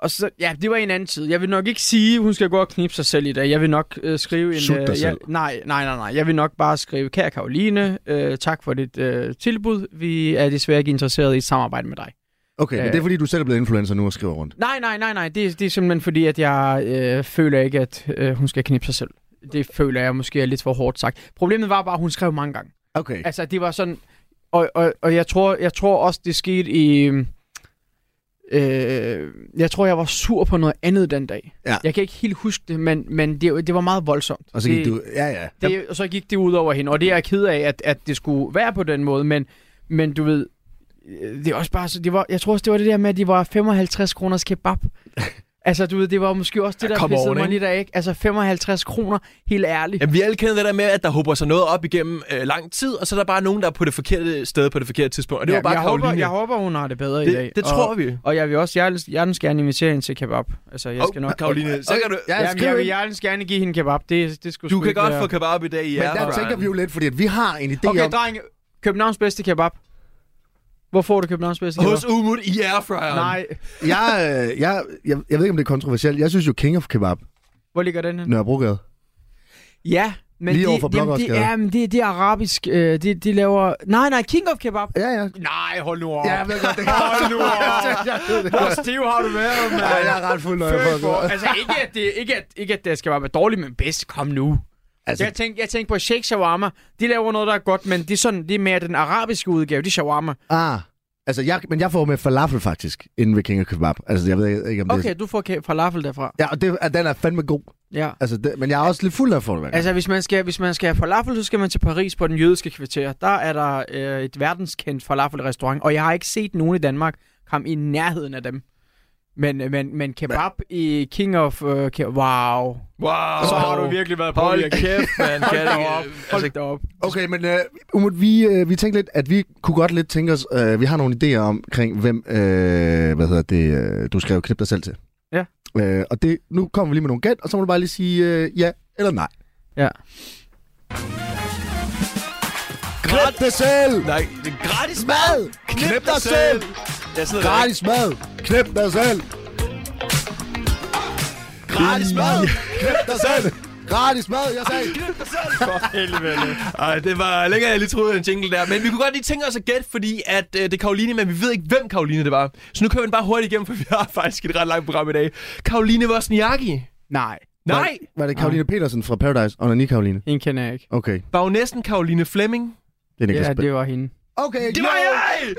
[SPEAKER 5] Og så, ja, det var i en anden tid. Jeg vil nok ikke sige, hun skal gå og knippe sig selv i dag. Jeg vil nok øh, skrive en...
[SPEAKER 3] Sut dig
[SPEAKER 5] jeg,
[SPEAKER 3] selv.
[SPEAKER 5] Nej, nej, nej, nej. Jeg vil nok bare skrive, kære Karoline, øh, tak for dit øh, tilbud. Vi er desværre ikke interesseret i et samarbejde med dig.
[SPEAKER 3] okay, men
[SPEAKER 5] Øh.
[SPEAKER 3] det er fordi, du selv er blevet influencer nu og skriver rundt.
[SPEAKER 5] Nej, nej, nej, nej. Det, er- det er simpelthen fordi, at jeg øh, føler ikke, at øh, hun skal knippe sig selv. Det føler jeg måske er lidt for hårdt sagt. Problemet var bare, at hun skrev mange gange.
[SPEAKER 3] Okay.
[SPEAKER 5] Altså, det var sådan... Og, og, og jeg, tror, jeg tror også, det skete i... Øh, jeg tror, jeg var sur på noget andet den dag.
[SPEAKER 3] Ja.
[SPEAKER 5] Jeg kan ikke helt huske det, men, men det, det var meget voldsomt.
[SPEAKER 3] Og så gik
[SPEAKER 5] det,
[SPEAKER 3] du... Ja, ja.
[SPEAKER 5] Det, og så gik det ud over hende, og det er jeg ked af, at, at det skulle være på den måde, men, men du ved, øh, det er også bare, så det var, jeg tror også, det var det der med, at de var 55 kroners kebab. altså, du ved, det var måske også det,
[SPEAKER 4] Ja,
[SPEAKER 5] der
[SPEAKER 4] come on,
[SPEAKER 5] pissede mig
[SPEAKER 4] ikke?
[SPEAKER 5] lidt af, ikke? Altså, 55 kroner, helt ærligt.
[SPEAKER 4] Jamen, vi alle kender det der med, at der håber sig noget op igennem øh, lang tid, og så er der bare nogen, der er på det forkerte sted på det forkerte tidspunkt. Og det var bare
[SPEAKER 5] jeg,
[SPEAKER 4] Karoline.
[SPEAKER 5] håber, jeg håber, hun har det bedre i dag.
[SPEAKER 4] det, det tror
[SPEAKER 5] og,
[SPEAKER 4] vi.
[SPEAKER 5] Og jeg vil også hjertens, hjertens gerne invitere hende til kebab. Altså, jeg skal
[SPEAKER 4] Åh,
[SPEAKER 5] nok...
[SPEAKER 4] Karoline, så kan du...
[SPEAKER 3] Ja,
[SPEAKER 5] Jamen, jeg
[SPEAKER 3] skriv
[SPEAKER 5] vil
[SPEAKER 3] ind.
[SPEAKER 5] hjertens gerne give hende kebab. Det, det skulle
[SPEAKER 4] Du
[SPEAKER 5] sgu
[SPEAKER 4] kan
[SPEAKER 5] ikke
[SPEAKER 4] godt
[SPEAKER 5] være-
[SPEAKER 4] få kebab i dag i
[SPEAKER 3] Men
[SPEAKER 4] Airfryer.
[SPEAKER 3] der tænker vi jo lidt, fordi at vi har en idé
[SPEAKER 5] Okay,
[SPEAKER 3] om...
[SPEAKER 5] drenge. Københavns bedste kebab. Hvor får du Københavns bedste kebab?
[SPEAKER 4] Hos Umut i Airfryer.
[SPEAKER 5] Nej.
[SPEAKER 3] Jeg, øh, jeg, jeg, jeg ved ikke, om det er kontroversielt. Jeg synes jo King of Kebab,
[SPEAKER 5] Hvor ligger den henne?
[SPEAKER 3] Nørrebrogade.
[SPEAKER 5] Ja, men
[SPEAKER 3] Lige
[SPEAKER 5] de,
[SPEAKER 3] overfor
[SPEAKER 5] jamen, de,
[SPEAKER 3] Blågårdsgade.
[SPEAKER 5] ja, men det, det er arabisk. Øh, de, de laver... Nej, nej, King of Kebab.
[SPEAKER 3] Ja, ja.
[SPEAKER 5] Nej, hold nu op.
[SPEAKER 3] Ja, jeg ved godt, det kan
[SPEAKER 5] nu op.
[SPEAKER 3] jeg ved det godt.
[SPEAKER 5] stiv har du været, mand?
[SPEAKER 3] Ja, jeg er ret fuld, når jeg
[SPEAKER 5] Født
[SPEAKER 3] får
[SPEAKER 5] for.
[SPEAKER 3] det.
[SPEAKER 5] Altså, ikke at, det, ikke, at, ikke at det skal være dårligt, men bedst. Kom nu.
[SPEAKER 3] Altså,
[SPEAKER 5] Jeg tænkte, jeg tænkte på Sheikh Shawarma. De laver noget, der er godt, men det er, sådan, det er mere den arabiske udgave. Det er shawarma.
[SPEAKER 3] ah, altså jeg, men jeg får med falafel faktisk, inden ved King of Kebab. Altså, jeg ved ikke, om det
[SPEAKER 5] Okay, du får ke- falafel derfra.
[SPEAKER 3] Ja, og det, at den er fandme god.
[SPEAKER 5] Ja.
[SPEAKER 3] Altså, det, men jeg er også lidt fuld af for det. Altså,
[SPEAKER 5] Altså, hvis man, skal, hvis man skal have falafel, så skal man til Paris på den jødiske kvarter. Der er der øh, et verdenskendt falafelrestaurant, og jeg har ikke set nogen i Danmark komme i nærheden af dem. Men, øh, men, men kebab i King of... Øh, ke- wow.
[SPEAKER 4] Wow.
[SPEAKER 5] virkelig været
[SPEAKER 4] Hold kæft, mand. Kan
[SPEAKER 5] Hold da
[SPEAKER 4] det-
[SPEAKER 5] op.
[SPEAKER 4] Altså,
[SPEAKER 5] Hold da op.
[SPEAKER 3] okay, men uh, Umut, vi, uh, vi tænkte lidt, at vi kunne godt lidt tænke os, uh, vi har nogle idéer omkring, hvem, uh, hvad hedder det, uh, du skrev knip dig selv til.
[SPEAKER 5] Ja.
[SPEAKER 3] Uh, og det, nu kommer vi lige med nogle gæt, og så må du bare lige sige uh, ja eller nej.
[SPEAKER 5] Ja.
[SPEAKER 3] Knip dig selv!
[SPEAKER 4] nej, det er gratis
[SPEAKER 3] Mad! Knip dig selv!
[SPEAKER 4] Jeg sidder
[SPEAKER 3] Gratis
[SPEAKER 4] gratis,
[SPEAKER 3] mad! Knip dig selv!
[SPEAKER 4] gratis mad.
[SPEAKER 3] Knip dig selv! Gratis mad, jeg sagde!
[SPEAKER 4] Knip dig selv. Ej, det var længere, jeg lige troede en jingle der. Men vi kunne godt lige tænke os at gætte, fordi at, øh, det er Karoline, men vi ved ikke, hvem Karoline det var. Så nu kører vi den bare hurtigt igennem, for vi har faktisk et ret langt program i dag. Karoline Wozniacki.
[SPEAKER 5] Nej,
[SPEAKER 4] Nej,
[SPEAKER 3] Var det Karoline Petersen fra Paradise? Og Nani Karoline?
[SPEAKER 5] hende kender jeg ikke.
[SPEAKER 3] Okay,
[SPEAKER 4] bagnæsten Karoline Flemming.
[SPEAKER 3] det er Niklas
[SPEAKER 5] Ja,
[SPEAKER 3] Bø-
[SPEAKER 5] det var hende.
[SPEAKER 3] Okay,
[SPEAKER 4] Det
[SPEAKER 3] jo.
[SPEAKER 4] var jeg!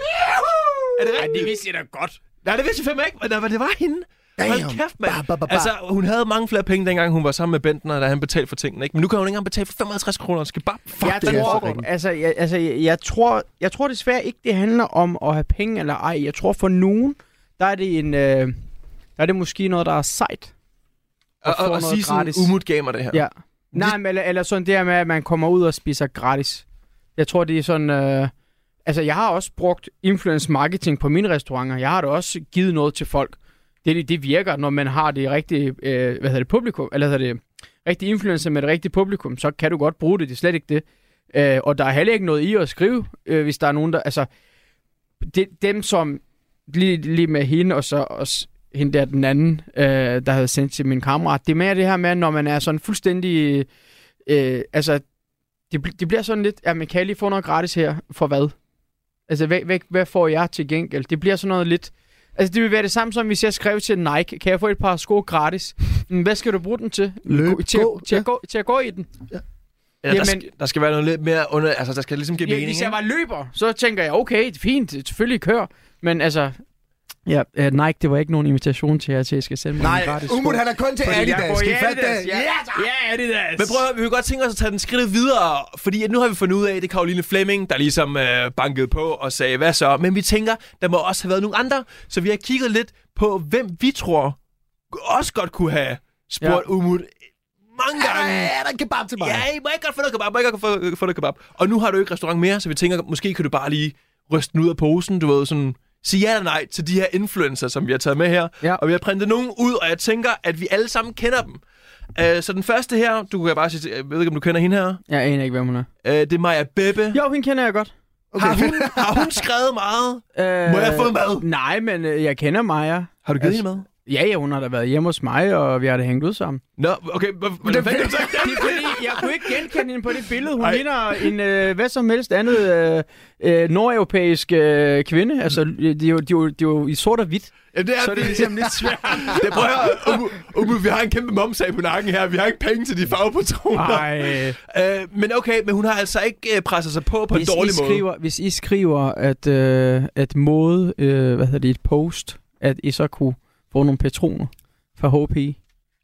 [SPEAKER 4] Er det rigtigt?
[SPEAKER 5] vidste jeg da godt.
[SPEAKER 4] Nej, det vidste jeg fandme ikke, men det- det var hende. Hold
[SPEAKER 3] Damn.
[SPEAKER 4] kæft, mand.
[SPEAKER 3] Ba, ba, ba, ba.
[SPEAKER 4] Altså, hun havde mange flere penge, dengang hun var sammen med Bentner, da han betalte for tingene. Ikke? Men nu kan hun ikke engang betale for 55 kroner. Skal bare... Fuck,
[SPEAKER 5] jeg
[SPEAKER 3] det er
[SPEAKER 5] tror,
[SPEAKER 3] så rigtigt.
[SPEAKER 5] altså, jeg, altså, jeg, jeg, tror, jeg tror desværre ikke, det handler om at have penge eller ej. Jeg tror for nogen, der er det en... Øh, der er det måske noget, der er sejt.
[SPEAKER 4] og, og,
[SPEAKER 5] få
[SPEAKER 4] og
[SPEAKER 5] noget
[SPEAKER 4] sige sådan,
[SPEAKER 5] gratis.
[SPEAKER 4] umut gamer det her.
[SPEAKER 5] Ja. Nej, men, eller, eller sådan det her med, at man kommer ud og spiser gratis. Jeg tror, det er sådan... Øh, altså, jeg har også brugt influence marketing på mine restauranter. Jeg har da også givet noget til folk. Det, det virker, når man har det rigtige, øh, hvad hedder det, publikum, eller hvad hedder det, rigtige influencer med det rigtige publikum, så kan du godt bruge det, det er slet ikke det. Øh, og der er heller ikke noget i at skrive, øh, hvis der er nogen, der, altså, det, dem som, lige, lige med hende, og så også hende der den anden, øh, der havde sendt til min kammerat, det er mere det her med, når man er sådan fuldstændig, øh, altså, det, bl- det bliver sådan lidt, at man kan jeg lige få noget gratis her, for hvad? Altså, hvad, hvad, hvad får jeg til gengæld? Det bliver sådan noget lidt, altså, det vil være det samme som, hvis jeg skrev til Nike, kan jeg få et par sko gratis? Mm, Hvad skal du bruge den til?
[SPEAKER 3] Løb,
[SPEAKER 5] til,
[SPEAKER 3] gå,
[SPEAKER 5] til,
[SPEAKER 3] ja.
[SPEAKER 5] at gå, til at gå i den.
[SPEAKER 4] Eller, der,
[SPEAKER 5] Jamen-
[SPEAKER 4] skal, der skal være noget lidt mere under... Altså, der skal ligesom give
[SPEAKER 5] Ja,
[SPEAKER 4] mening.
[SPEAKER 5] hvis jeg
[SPEAKER 4] ikke?
[SPEAKER 5] var løber, så tænker jeg, okay, det er fint, selvfølgelig kør. Men altså... Ja, uh, Nike, det var ikke nogen invitation til jer til, at jeg skal sende mig
[SPEAKER 3] Nej,
[SPEAKER 5] en gratis
[SPEAKER 3] Umut
[SPEAKER 5] sko.
[SPEAKER 3] han er kun til
[SPEAKER 5] Fordi jeg
[SPEAKER 3] Adidas.
[SPEAKER 5] går i
[SPEAKER 3] Skal I fatte
[SPEAKER 5] Adidas,
[SPEAKER 3] det?
[SPEAKER 5] ja. Ja, Adidas!
[SPEAKER 4] Men prøv at høre, vi kunne godt tænke os at tage den skridt videre, fordi at nu har vi fundet ud af, at det er Karoline Flemming, der ligesom øh, bankede på og sagde, hvad så? Men vi tænker, der må også have været nogle andre, så vi har kigget lidt på, hvem vi tror også godt kunne have spurgt ja.
[SPEAKER 5] Ja.
[SPEAKER 4] Umut mange gange.
[SPEAKER 3] Ja, der er kebab til mig.
[SPEAKER 4] Ja, I må ikke godt få noget kebab, må ikke godt få, få noget kebab. Og nu har du ikke restaurant mere, så vi tænker, måske kan du bare lige ryste den ud af posen, du ved, sådan... Sige ja eller nej til de her influencer, som vi har taget med her.
[SPEAKER 5] Ja.
[SPEAKER 4] Og vi har printet nogen ud, og jeg tænker, at vi alle sammen kender dem. Uh, så den første her, du kan bare sige, jeg ved ikke, om du kender hende her.
[SPEAKER 5] Jeg aner ikke, hvem hun er.
[SPEAKER 4] Uh, det er Maja Beppe. Ja.
[SPEAKER 5] Jo, hende kender jeg godt.
[SPEAKER 3] Okay.
[SPEAKER 4] Har, hun, har hun skrevet meget?
[SPEAKER 5] Uh,
[SPEAKER 4] Må jeg få mad?
[SPEAKER 5] Nej, men uh, jeg kender Maja.
[SPEAKER 4] Har du givet hende mad?
[SPEAKER 5] Ja, ja, hun har da været hjemme hos mig, og vi har da hængt ud sammen.
[SPEAKER 4] Nå, okay. Hvad, hvad fanden så?
[SPEAKER 5] Det er fordi, jeg kunne ikke genkende hende på det billede. Hun
[SPEAKER 4] Ej.
[SPEAKER 5] Ej. ligner en øh, hvad som helst andet øh, øh, nordeuropæisk øh, kvinde. Altså, de, er jo- de, er jo- de er jo i sort og hvidt.
[SPEAKER 4] Jamen, det er,
[SPEAKER 5] Så er det ligesom lidt svært.
[SPEAKER 4] Det prøver Umu, Umu, vi har en kæmpe momsag på nakken her. Vi har ikke penge til de farvepatroner.
[SPEAKER 5] Ej.
[SPEAKER 4] Øh, men okay, men hun har altså ikke øh, presset sig på på
[SPEAKER 5] Hvis
[SPEAKER 4] en
[SPEAKER 5] I,
[SPEAKER 4] dårlig måde.
[SPEAKER 5] skriver, hvis I skriver, at, øh, at mode, øh, hvad hedder det, et post, at I så kunne få nogle patroner fra HP.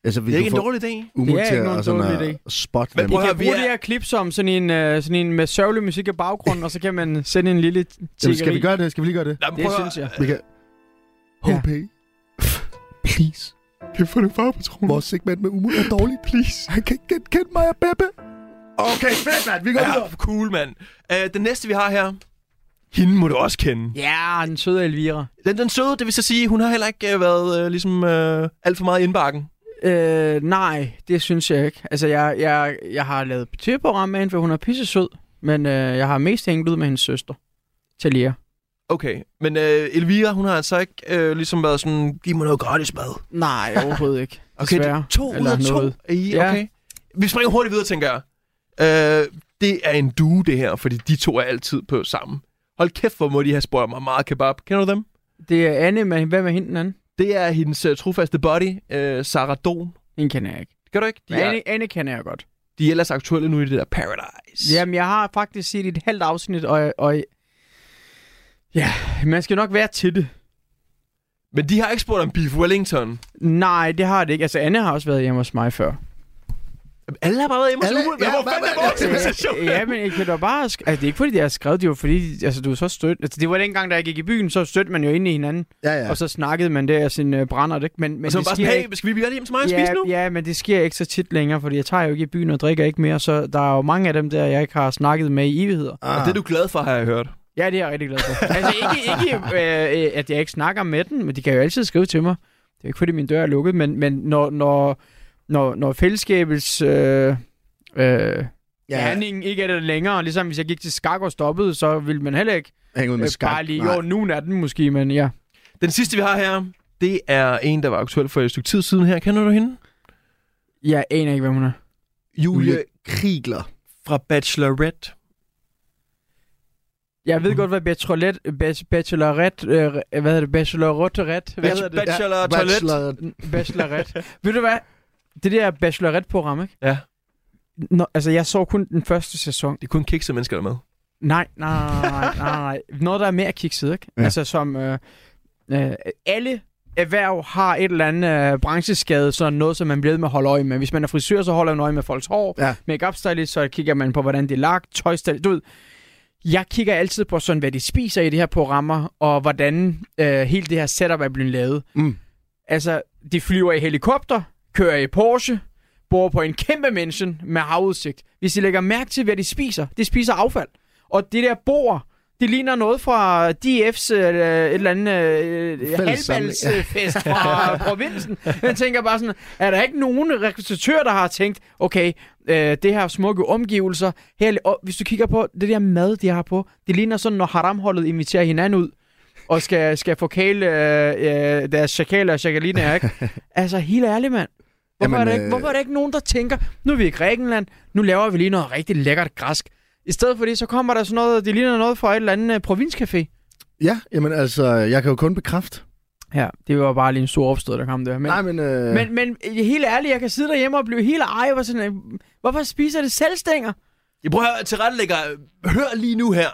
[SPEAKER 3] Altså, vi
[SPEAKER 4] Det er ikke
[SPEAKER 3] kan
[SPEAKER 4] en
[SPEAKER 3] få
[SPEAKER 4] dårlig idé.
[SPEAKER 3] Umo
[SPEAKER 5] Det er
[SPEAKER 3] til
[SPEAKER 5] ikke
[SPEAKER 3] at-
[SPEAKER 5] nogen
[SPEAKER 3] og sådan
[SPEAKER 5] dårlig
[SPEAKER 3] at spot
[SPEAKER 4] Men
[SPEAKER 3] dem.
[SPEAKER 4] prøv
[SPEAKER 5] I
[SPEAKER 4] at
[SPEAKER 5] kan
[SPEAKER 4] høre, vi
[SPEAKER 5] bruge det
[SPEAKER 4] er...
[SPEAKER 5] her klip som sådan en, øh, sådan en med sørgelig musik i baggrunden, og så kan man sende en lille tiggeri.
[SPEAKER 3] Jamen, skal vi gøre det? Skal vi lige gøre det?
[SPEAKER 4] Nå, men
[SPEAKER 5] Det
[SPEAKER 4] prøv at-
[SPEAKER 5] synes jeg.
[SPEAKER 3] Vi kan... HP. Please.
[SPEAKER 4] Kan vi få nogle farvepatroner?
[SPEAKER 3] Vores segment med Umo er dårlig. Please. Han kan ikke genkende mig og Beppe. Okay, fedt, mand. Vi går videre.
[SPEAKER 4] Ja, cool, mand. Øh, den næste, vi har her, hende må du også kende.
[SPEAKER 5] Ja, den søde Elvira.
[SPEAKER 4] Den, den søde, det vil så sige, hun har heller ikke øh, været øh, ligesom, øh, alt for meget i indbakken.
[SPEAKER 5] Øh, nej, det synes jeg ikke. Altså, jeg, jeg, jeg har lavet tv-program med hende, for hun er pisse sød. Men øh, jeg har mest hængt ud med hendes søster, Talia.
[SPEAKER 4] Okay, men øh, Elvira, hun har altså ikke øh, ligesom været sådan, giv mig noget gratis mad.
[SPEAKER 5] Nej, overhovedet ikke.
[SPEAKER 4] Okay,
[SPEAKER 5] Desværre.
[SPEAKER 4] to ud
[SPEAKER 5] Eller
[SPEAKER 4] af to.
[SPEAKER 5] noget.
[SPEAKER 4] Er I,
[SPEAKER 5] Ja.
[SPEAKER 4] okay. Vi springer hurtigt videre, tænker jeg. Øh, det er en due, det her, fordi de to er altid på sammen. Hold kæft, hvor må de have spurgt mig meget kebab. Kender du dem?
[SPEAKER 5] Det er Anne, men hvem er hende den anden?
[SPEAKER 4] Det er hendes uh, trofaste buddy, uh, Sarah Dawn.
[SPEAKER 5] Hende kender jeg ikke.
[SPEAKER 4] Det Gør du ikke? De
[SPEAKER 5] Ja.
[SPEAKER 4] er,
[SPEAKER 5] Anne, Anne kender jeg godt.
[SPEAKER 4] de er ellers aktuelle nu i det der Paradise.
[SPEAKER 5] Jamen, jeg har faktisk set et halvt afsnit, og, og... Ja, man skal nok være til det.
[SPEAKER 4] Men de har ikke spurgt om Beef Wellington.
[SPEAKER 5] Nej, det har det ikke. Altså, Anne har også været hjemme hos mig før.
[SPEAKER 4] Jamen, Alle har bare været hjemme hos
[SPEAKER 3] Alle-
[SPEAKER 4] Uwe.
[SPEAKER 3] ja,
[SPEAKER 4] Hvor
[SPEAKER 3] hvad-
[SPEAKER 4] fanden er
[SPEAKER 3] hvad-
[SPEAKER 4] vores
[SPEAKER 3] ja,
[SPEAKER 4] sensation?
[SPEAKER 5] ja, men jeg kan da bare... Sk- altså, det er ikke fordi, det er skrevet, det var fordi, altså, du er så stødt. Altså, det var dengang, da jeg gik i byen, så stødte man jo ind i hinanden.
[SPEAKER 3] Ja,
[SPEAKER 5] Ja.
[SPEAKER 3] ja.
[SPEAKER 5] Og så snakkede man der sin øh, brænder, ikke? Men, men
[SPEAKER 4] Men så er
[SPEAKER 5] det
[SPEAKER 4] man bare
[SPEAKER 5] sker
[SPEAKER 4] sådan,
[SPEAKER 5] ikke.
[SPEAKER 4] hey, skal vi blive hjemme til mig og
[SPEAKER 5] ja,
[SPEAKER 4] spise nu?
[SPEAKER 5] ja, men det sker ikke så tit længere, fordi jeg tager jo ikke i byen og drikker ikke mere, så der er jo mange af dem der, jeg ikke har snakket med i evigheder.
[SPEAKER 4] Og
[SPEAKER 3] Ah.
[SPEAKER 4] det er du glad for, har jeg hørt.
[SPEAKER 5] Ja, det er jeg rigtig glad for. altså ikke, ikke øh, øh, at jeg ikke snakker med den, men de kan jo altid skrive til mig. Det er ikke fordi, min dør er lukket, men, men når, når, når, når fællesskabets øh, øh,
[SPEAKER 3] Ja,
[SPEAKER 5] gerning ikke er der længere, ligesom hvis jeg gik til skak og stoppede, så ville man heller ikke
[SPEAKER 3] hæng ud
[SPEAKER 5] øh,
[SPEAKER 3] med skak.
[SPEAKER 5] bare lige,
[SPEAKER 3] Nej.
[SPEAKER 5] jo, nu er den måske, men ja.
[SPEAKER 4] Den sidste, vi har her, det er en, der var aktuel for et stykke tid siden her. Kender du hende?
[SPEAKER 5] Jeg aner ikke, hvem hun er.
[SPEAKER 3] Julie Krigler.
[SPEAKER 4] fra Bachelorette.
[SPEAKER 5] Jeg ved godt, hvad bachelorette, bas- bachelorette, øh, hvad hedder det, bachelorette, ret, hvad hedder det?
[SPEAKER 4] Bachelor
[SPEAKER 3] Ja,
[SPEAKER 4] Toilet.
[SPEAKER 3] Bachelor
[SPEAKER 5] Bachelorette. ved du hvad? Det der bachelorette-program, ikke?
[SPEAKER 4] Ja.
[SPEAKER 5] Nå, altså, jeg så kun den første sæson.
[SPEAKER 4] Det er kun kikse mennesker, der er med.
[SPEAKER 5] Nej, nej, nej, nej. Noget, der er mere kikset, ikke?
[SPEAKER 3] Ja.
[SPEAKER 5] Ja. Altså, som øh, øh, alle erhverv har et eller andet øh, brancheskade, sådan noget, som man bliver ved med at holde øje med. Hvis man er frisør, så holder man øje med folks hår.
[SPEAKER 3] Ja.
[SPEAKER 5] Make-up stylist, så kigger man på, hvordan det er lagt. Tøjstylist, du ved. Jeg kigger altid på sådan, hvad de spiser i det her programmer, og hvordan øh, hele det her setup er blevet lavet.
[SPEAKER 3] Mm.
[SPEAKER 5] Altså, de flyver i helikopter, kører i Porsche, bor på en kæmpe mansion med havudsigt. Hvis I lægger mærke til, hvad de spiser, de spiser affald. Og det der bord, det ligner noget fra DF's øh, et eller andet øh,
[SPEAKER 3] Fællessamling.
[SPEAKER 5] halvbalsfest fra provinsen. Man tænker bare sådan, er der ikke nogen rekrutatør, der har tænkt, okay, øh, det her smukke omgivelser, her, og hvis du kigger på det der mad, de har på, det ligner sådan, når haramholdet inviterer hinanden ud og skal, skal forkæle øh, øh, deres chakaler og chakaliner, ikke? Altså, helt ærligt, mand. Hvorfor,
[SPEAKER 3] Jamen,
[SPEAKER 5] Jamen, er der ikke,
[SPEAKER 3] øh,
[SPEAKER 5] hvorfor er der ikke nogen, der tænker, nu er vi i Grækenland, nu laver vi lige noget rigtig lækkert græsk. I stedet for det, så kommer der sådan noget, det ligner noget fra et eller andet øh, provinscafé.
[SPEAKER 3] Ja, jamen altså, jeg kan jo kun bekræfte.
[SPEAKER 5] Ja, det var bare lige en stor opstød, der kom der. Men,
[SPEAKER 3] Nej, men... Øh...
[SPEAKER 5] men, men øh, helt ærligt, jeg kan sidde derhjemme og blive helt ej, og sådan, øh, hvorfor spiser det selvstænger?
[SPEAKER 4] Jeg prøver at høre, tilrettelægger. Hør lige nu her.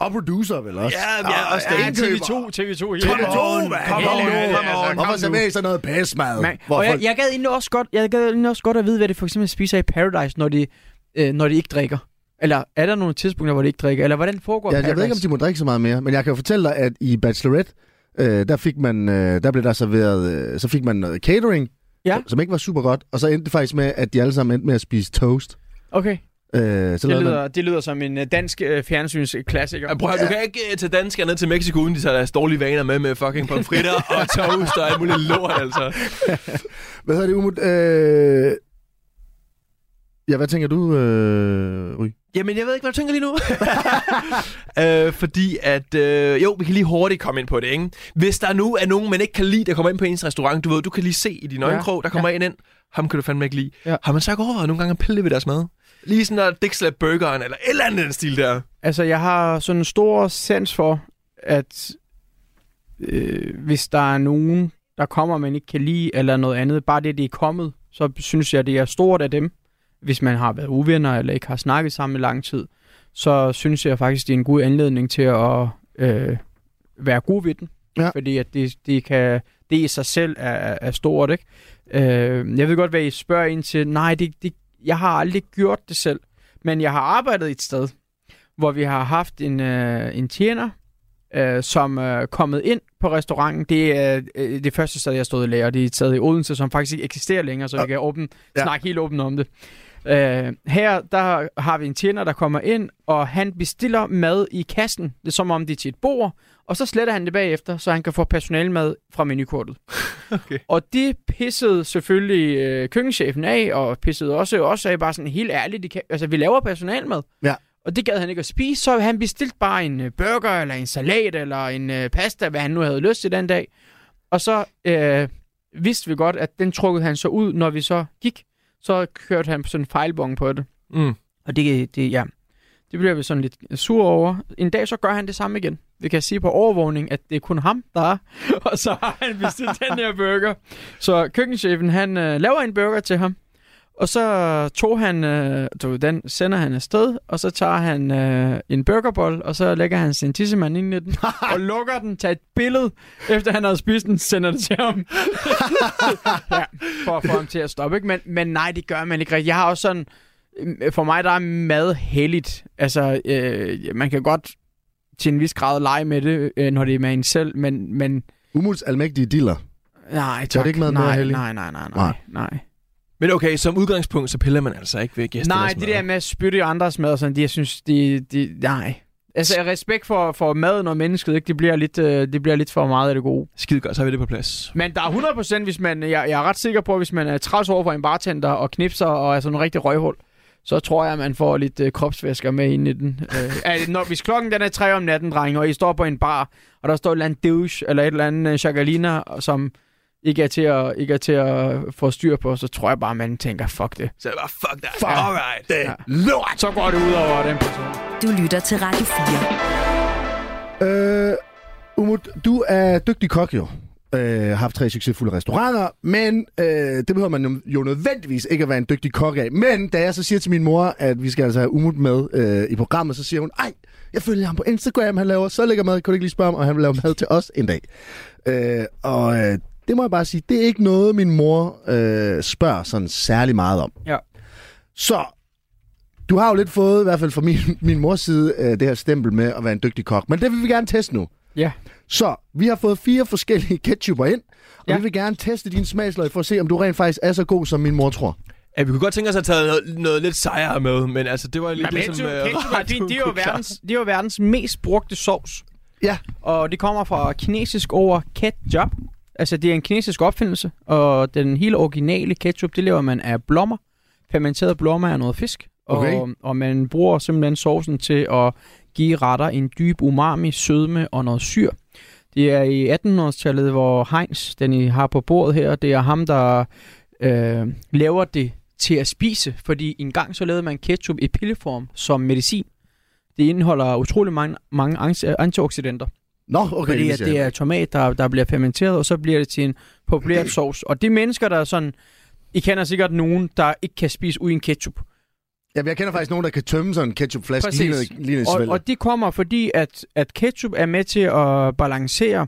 [SPEAKER 3] Og producer vel også.
[SPEAKER 4] Ja, vi er også derinde.
[SPEAKER 3] TV2.
[SPEAKER 5] TV2,
[SPEAKER 4] Kom
[SPEAKER 3] Come
[SPEAKER 4] on,
[SPEAKER 3] on,
[SPEAKER 4] mand.
[SPEAKER 3] come
[SPEAKER 4] Helt
[SPEAKER 3] on,
[SPEAKER 4] ærligt,
[SPEAKER 3] come on.
[SPEAKER 4] altså, kom
[SPEAKER 3] Hvorfor
[SPEAKER 4] nu.
[SPEAKER 3] serverer I sådan noget pæsmad?
[SPEAKER 5] Man,
[SPEAKER 3] Hvor
[SPEAKER 5] og jeg,
[SPEAKER 3] folk-
[SPEAKER 5] jeg gad egentlig også godt, jeg gad egentlig også godt at vide, hvad det for eksempel spiser i Paradise, når de, øh, når de ikke drikker. Eller er der nogle tidspunkter, hvor de ikke drikker? Eller hvordan foregår
[SPEAKER 3] Ja,
[SPEAKER 5] Paradise?
[SPEAKER 3] jeg ved ikke, om de må drikke så meget mere, men jeg kan jo fortælle dig, at i Bachelorette, øh, der, fik man, øh, der blev der serveret, øh, så fik man noget catering,
[SPEAKER 5] Ja.
[SPEAKER 3] som, som ikke var super godt, og så endte det faktisk med, at de alle sammen endte med at spise toast.
[SPEAKER 5] Okay,
[SPEAKER 3] Øh, så
[SPEAKER 5] det
[SPEAKER 3] lavede man,
[SPEAKER 5] lyder, det lyder som en øh, dansk øh, fjernsynsklassiker.
[SPEAKER 4] Ja, prøv at høre, du kan ikke øh, tage danskere ned til Mexico, uden de tager deres dårlige vaner med med fucking pomfritter og toast og alt muligt lort, altså.
[SPEAKER 3] hvad hedder det, Umut? Øh, ja, hvad tænker du, øh, Ry?
[SPEAKER 4] Jamen, jeg ved ikke, hvad du tænker lige nu. øh, fordi at... Øh, jo, vi kan lige hurtigt komme ind på det, ikke? Hvis der nu er nogen, man ikke kan lide, der kommer ind på ens restaurant, du ved, du kan lige se i din
[SPEAKER 5] Ja,
[SPEAKER 4] øjenkrog, der kommer en ind, ham kan du fandme ikke lide.
[SPEAKER 5] Ja.
[SPEAKER 4] Har man så ikke overvejet nogle gange at pille lidt ved deres mad? Lige sådan at dæksle burgeren, eller et eller andet i den stil der.
[SPEAKER 5] Altså, jeg har sådan en stor sans for, at øh, hvis der er nogen, der kommer, man ikke kan lide, eller noget andet, bare det, det er kommet, så synes jeg, det er stort af dem. Hvis man har været uvenner, eller ikke har snakket sammen i lang tid, så synes jeg faktisk, det er en god anledning til at øh, være god ved den.
[SPEAKER 3] Ja.
[SPEAKER 5] Fordi at det, det, kan, det i sig selv er, er- er stort, ikke? Øh, jeg ved godt, hvad I spørger ind til. Nej, det, det, jeg har aldrig gjort det selv. Men jeg har arbejdet et sted, hvor vi har haft en, øh, en tjener, øh, som er øh, kommet ind på restauranten. Det er øh, det første sted, jeg stod i lære, og det er et sted i Odense, som faktisk ikke eksisterer længere, så vi kan åbne,
[SPEAKER 3] Ja.
[SPEAKER 5] ja. snakke helt åbent om det. Øh, her der har vi en tjener, der kommer ind, og han bestiller mad i kassen, det er som om det er til et bord, og så sletter han det bagefter, så han kan få personalmad fra menukortet.
[SPEAKER 4] Okay.
[SPEAKER 5] Og det pissede selvfølgelig øh, køkkenchefen af, og pissede også også af, bare sådan helt ærligt, de kan, altså vi laver personalmad.
[SPEAKER 3] Ja.
[SPEAKER 5] Og det gad han ikke at spise, så han bestilte bare en øh, burger, eller en salat, eller en øh, pasta, hvad han nu havde lyst til den dag. Og så øh, vidste vi godt, at den trukkede han så ud, når vi så gik. Så kørte han sådan en fejlbong på det.
[SPEAKER 4] Mm.
[SPEAKER 5] Og det, det, ja, det bliver vi sådan lidt sur over. En dag så gør han det samme igen. Vi kan sige på overvågning, at det er kun ham, der er. Og så har han bestilt den her burger. Så køkkenchefen, han øh, laver en burger til ham. Og så tog han, øh, tog den sender han afsted, og så tager han øh, en burgerbold, og så lægger han sin tissemand ind i den, og lukker den, tager et billede, efter han havde spist den, sender det til ham. ja, for at få ham til at stoppe, ikke? Men, men nej, det gør man ikke rigtigt. Jeg har også sådan, øh, for mig der er mad heldigt. Altså, øh, man kan godt til en vis grad lege med det, øh, når det er med en selv, men, men
[SPEAKER 3] Umuls almægtige diller.
[SPEAKER 5] nej,
[SPEAKER 3] Så er
[SPEAKER 5] tak.
[SPEAKER 3] det ikke mad, der er
[SPEAKER 5] nej,
[SPEAKER 3] helligt?
[SPEAKER 5] nej, nej, nej,
[SPEAKER 3] Nej.
[SPEAKER 5] nej, nej.
[SPEAKER 4] Men okay, som udgangspunkt, så piller man altså ikke ved gæsternes
[SPEAKER 5] Nej, det der med at spytte i andres mad, og sådan, det, jeg synes, det, det, nej. Altså, respekt for, for maden og mennesket, ikke? Det, bliver lidt, øh, det bliver lidt for meget af det gode.
[SPEAKER 4] Skide godt, så har vi det på plads.
[SPEAKER 5] Men der er 100%, hvis man, jeg, jeg er ret sikker på, hvis man er 30 over for en bartender og knipser og er sådan en rigtig røghul, så tror jeg, at man får lidt øh, kropsvæsker med ind i den. Øh, altså, når, hvis klokken den er 3 om natten, drenge, og I står på en bar, og der står et eller andet douche, eller et eller andet øh, chagalina, som ikke er, til at, ikke er til at få styr på, så tror jeg bare, at man tænker, fuck det.
[SPEAKER 4] Så jeg bare, fuck that.
[SPEAKER 5] Fuck
[SPEAKER 4] Alright.
[SPEAKER 3] Det
[SPEAKER 5] Ja.
[SPEAKER 3] lort!
[SPEAKER 5] Så går det ud over den person.
[SPEAKER 1] Du lytter til Radio 4.
[SPEAKER 3] Øh, Umut, du er dygtig kok jo. Øh, har haft tre succesfulde restauranter, men øh, det behøver man jo- jo nødvendigvis ikke at være en dygtig kok af. Men da jeg så siger til min mor, at vi skal altså have Umut med øh, i programmet, så siger hun, ej, jeg følger ham på Instagram, han laver så lækker mad, kan du ikke lige spørge ham, og han vil lave mad til os en dag. Øh, og øh, det må jeg bare sige, det er ikke noget, min mor øh, spørger sådan særlig meget om.
[SPEAKER 5] Ja.
[SPEAKER 3] Så du har jo lidt fået, i hvert fald fra min, min mors side, øh, det her stempel med at være en dygtig kok. Men det vil vi gerne teste nu.
[SPEAKER 5] Ja.
[SPEAKER 3] Så vi har fået fire forskellige ketchuper ind, og ja.
[SPEAKER 5] Ja.
[SPEAKER 3] vi vil gerne teste dine smagsløg for at se, om du rent faktisk er så god, som min mor tror.
[SPEAKER 4] Ja, vi kunne godt tænke os at tage noget, noget lidt sejere med, men altså, det var lige det, som... øh,
[SPEAKER 5] det, det, er jo
[SPEAKER 4] radioen kunne klare.
[SPEAKER 5] verdens, det er jo verdens mest brugte sovs.
[SPEAKER 3] Ja.
[SPEAKER 5] Og det kommer fra kinesisk over ketchup. Altså, det er en kinesisk opfindelse, og den helt originale ketchup, det laver man af blommer. Fermenterede blommer er noget fisk. Og,
[SPEAKER 3] Okay.
[SPEAKER 5] og man bruger simpelthen sovsen til at give retter en dyb umami, sødme og noget syr. Det er i 1800-tallet, hvor Heinz, den I har på bordet her, det er ham, der øh, laver det til at spise, fordi engang så lavede man ketchup i pilleform som medicin. Det indeholder utrolig mange, mange ans- antioxidanter.
[SPEAKER 3] Nå, okay.
[SPEAKER 5] Fordi at
[SPEAKER 3] siger
[SPEAKER 5] det
[SPEAKER 3] jeg.
[SPEAKER 5] er tomat, der, der bliver fermenteret, og så bliver det til en populær sovs. Og de mennesker, der er sådan... I kender sikkert nogen, der ikke kan spise uden ketchup.
[SPEAKER 3] Ja, men jeg kender faktisk nogen, der kan tømme sådan en ketchupflaske
[SPEAKER 5] Præcis.
[SPEAKER 3] lige ned, lige ned i
[SPEAKER 5] Og,
[SPEAKER 3] svælget.
[SPEAKER 5] og det kommer fordi, at, at ketchup er med til at balancere.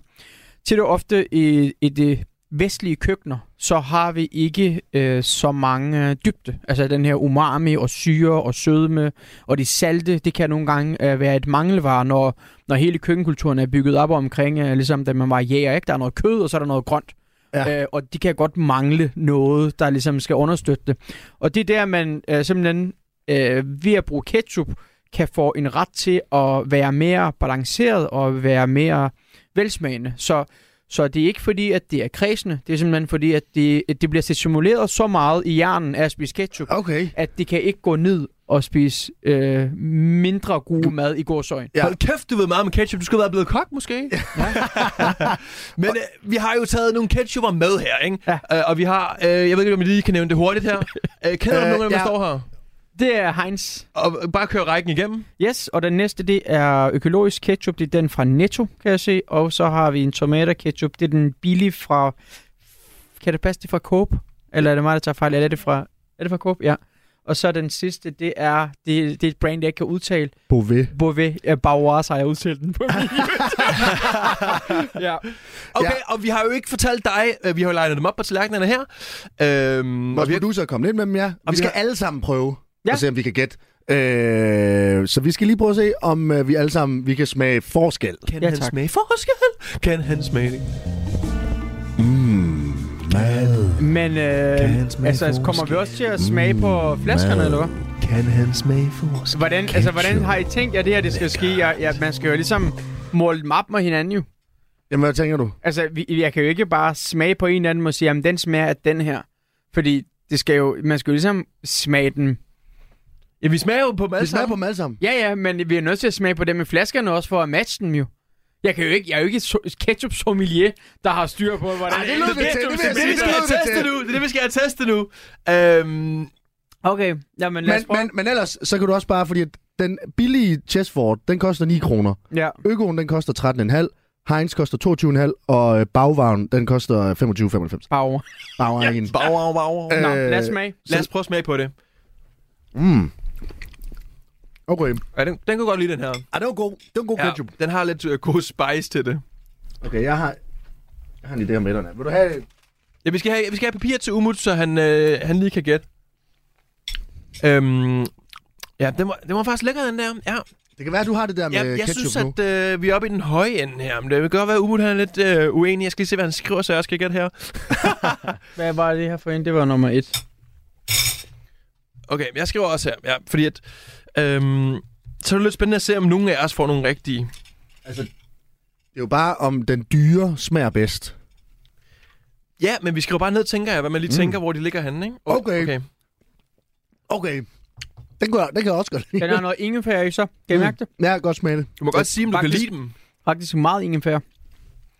[SPEAKER 5] Til det ofte i, i det vestlige køkkener, så har vi ikke øh, så mange øh, dybde. Altså den her umami og syre og sødme og det salte, det kan nogle gange øh, være et mangelvare, når, når hele køkkenkulturen er bygget op omkring, øh, ligesom da man var jæger, ikke? der er noget kød, og så er der noget grønt.
[SPEAKER 3] Ja.
[SPEAKER 5] Ja. Øh, og de kan godt mangle noget, der ligesom skal understøtte det. Og det er der, man øh, simpelthen øh, ved at bruge ketchup, kan få en ret til at være mere balanceret og være mere velsmagende. Så, så det er ikke fordi, at det er kredsende. Det er simpelthen fordi, at det, at det bliver stimuleret så meget i hjernen af at spise ketchup,
[SPEAKER 3] Okay.
[SPEAKER 5] at det kan ikke gå ned at spise øh, mindre gode mad i gårsøjen.
[SPEAKER 4] Ja. Hold kæft, du ved meget om ketchup. Du skulle være blevet kok, måske. Ja. Men øh, vi har jo taget nogle ketchuper med her, ikke?
[SPEAKER 5] Ja.
[SPEAKER 4] Øh, og vi har... Øh, jeg ved ikke, om I lige kan nævne det hurtigt her. Øh, kender du
[SPEAKER 3] Øh,
[SPEAKER 4] nogen, af dem, der
[SPEAKER 5] ja.
[SPEAKER 4] står her?
[SPEAKER 5] Det er Heinz.
[SPEAKER 4] Og øh, bare køre rækken igennem.
[SPEAKER 5] Yes, og den næste, det er økologisk ketchup. Det er den fra Netto, kan jeg se. Og så har vi en tomater ketchup. Det er den billige fra... Kan det passe, det er fra Coop? Eller er det mig, der tager fejl? Eller er det fra, er det fra Coop? Ja. Og så den sidste, det er, det, det er et brand, jeg ikke kan udtale.
[SPEAKER 3] Bouvet.
[SPEAKER 5] Beauvais. Ja, Bauer, så har jeg udtalt den på min ja.
[SPEAKER 4] Okay, ja. og vi har jo ikke fortalt dig... Øh, vi har jo legnet dem op på tallerkenerne her. Øhm, og
[SPEAKER 3] Vores
[SPEAKER 4] vi har
[SPEAKER 3] producer er kommet ind med dem, ja.
[SPEAKER 4] vi
[SPEAKER 3] Vi skal
[SPEAKER 4] har-
[SPEAKER 3] alle sammen prøve
[SPEAKER 5] Ja.
[SPEAKER 3] ja. og se, om vi kan gætte. Øh, så vi skal lige prøve at se, om øh, vi alle sammen vi kan smage forskel.
[SPEAKER 4] Kan
[SPEAKER 5] Ja,
[SPEAKER 4] han
[SPEAKER 5] tak.
[SPEAKER 4] smage forskel? Kan han smage det?
[SPEAKER 5] Men
[SPEAKER 4] han
[SPEAKER 5] øh,
[SPEAKER 4] smage Mm,
[SPEAKER 5] altså, altså, kommer vi også til at smage på flaskerne, eller hvad?
[SPEAKER 4] Kan han smage forskel?
[SPEAKER 5] Hvordan, altså, hvordan har I tænkt jer, det her det skal ske? Jeg, jeg, man skal jo ligesom måle dem op med hinanden jo.
[SPEAKER 3] Jamen, hvad tænker du?
[SPEAKER 5] Altså, vi, jeg kan jo ikke bare smage på en anden og sige, jamen, den smager af den her. Fordi det skal jo, man skal jo ligesom smage den.
[SPEAKER 4] Ja, vi smager jo på dem alle
[SPEAKER 3] Vi smager på
[SPEAKER 4] sammen.
[SPEAKER 3] dem alle sammen.
[SPEAKER 5] Ja, ja, men vi er nødt til at smage på dem i flaskerne også, for at matche dem jo. Jeg, kan jo ikke, jeg er jo ikke et so- ketchup sommelier, der har styr på, hvordan
[SPEAKER 3] Ej, det lyder vi til, det vil jeg
[SPEAKER 4] Det er det, vi skal have
[SPEAKER 3] Det er det,
[SPEAKER 4] testet nu. Det er det, vi skal have testet nu. Øhm,
[SPEAKER 5] Okay, jamen lad os
[SPEAKER 3] Men,
[SPEAKER 5] prøve.
[SPEAKER 3] men, men ellers, så kan du også bare, fordi at den billige Chessford, den koster 9 kroner.
[SPEAKER 5] Ja.
[SPEAKER 3] Økoen, den koster 13,5. Heinz koster 22,5. Og øh, bagvaren, den koster 25,95.
[SPEAKER 5] Power.
[SPEAKER 3] Bagvaren. Ja.
[SPEAKER 4] Bau, bau, bau.
[SPEAKER 5] Nå,
[SPEAKER 3] Øh,
[SPEAKER 5] lad os smage.
[SPEAKER 4] Lad os prøve at smage på det.
[SPEAKER 3] Mm. Okay.
[SPEAKER 4] Ja, den, den kunne godt lide, den her.
[SPEAKER 3] Ah, det var god. Det var god
[SPEAKER 4] Ja, den har lidt øh, god spice til det.
[SPEAKER 3] Okay, jeg har, jeg har en idé om etterne. Vil du have...
[SPEAKER 4] Ja, vi skal have, vi skal have papir til Umut, så han, øh, han lige kan gætte. Øhm, ja, den var, den var faktisk lækker, den der. Ja,
[SPEAKER 3] Det kan være, du har det der med
[SPEAKER 4] jeg, jeg
[SPEAKER 3] ketchup
[SPEAKER 4] synes,
[SPEAKER 3] nu.
[SPEAKER 4] at øh, vi er oppe i den høje ende her. Men det kan godt være, at Umut han er lidt øh, uenig. Jeg skal lige se, hvad han skriver, så jeg også kan gætte her.
[SPEAKER 5] Hvad var det her for en? Det var nummer et.
[SPEAKER 4] Okay, men jeg skriver også her. Ja, fordi at, øhm, så er det lidt spændende at se, om nogen af os får nogle rigtige.
[SPEAKER 3] Altså, det er jo bare, om den dyre smager bedst.
[SPEAKER 4] Ja, men vi skriver bare ned, tænker jeg, hvad man lige mm. tænker, hvor de ligger henne, ikke?
[SPEAKER 3] Okay. Okay. Den kan, jeg- den kan jeg også godt lide.
[SPEAKER 5] Den har noget ingefær i så. Kan I mærke det?
[SPEAKER 3] Ja, jeg kan godt smage det.
[SPEAKER 4] Du må godt sige, om du
[SPEAKER 5] Faktisk-
[SPEAKER 4] kan lide dem.
[SPEAKER 5] Faktisk meget ingefær.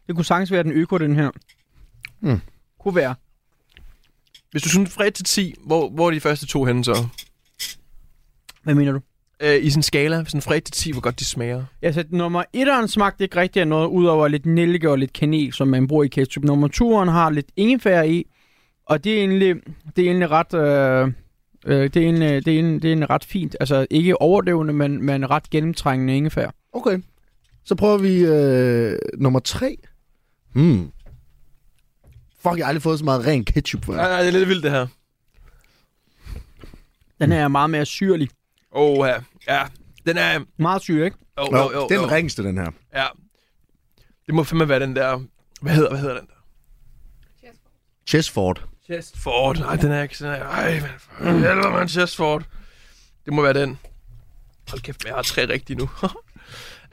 [SPEAKER 5] Det kunne sagtens være den øko, den her.
[SPEAKER 3] Mm.
[SPEAKER 5] Kunne være.
[SPEAKER 4] Hvis du synes fra 1 til 10, hvor, hvor er de første to henne så?
[SPEAKER 5] Hvad mener du?
[SPEAKER 4] Øh, I sådan en skala, sådan fra 1 til 10, hvor godt de smager.
[SPEAKER 5] Altså, nummer 1'eren smagte ikke rigtig af noget, udover lidt nælke og lidt kanel, som man bruger i ketchup. Nummer 2'eren har lidt ingefær i, og det er egentlig, det er egentlig ret... Øh, øh, det, er egentlig, det, er egentlig, det er egentlig ret fint. Altså, ikke overdøvende, men, men ret gennemtrængende ingefær.
[SPEAKER 3] Okay. Så prøver vi øh, nummer tre. Hmm. Fuck, jeg har aldrig fået så meget ren ketchup før.
[SPEAKER 4] Nej, nej, det er lidt vildt det her.
[SPEAKER 5] Den her er meget mere syrlig.
[SPEAKER 4] Åh, ja. ja. Den er...
[SPEAKER 5] Meget syre, ikke?
[SPEAKER 4] Jo,
[SPEAKER 3] Nå,
[SPEAKER 4] jo, jo,
[SPEAKER 3] den
[SPEAKER 4] jo.
[SPEAKER 3] ringste, den her.
[SPEAKER 4] Ja. Det må fandme være den der... Hvad hedder, hvad hedder den der?
[SPEAKER 3] Chessford.
[SPEAKER 4] Chestford. Nej, den er ikke sådan her. Ej, men for helvede, man. Chestford. Det må være den. Hold kæft, jeg har tre rigtige nu.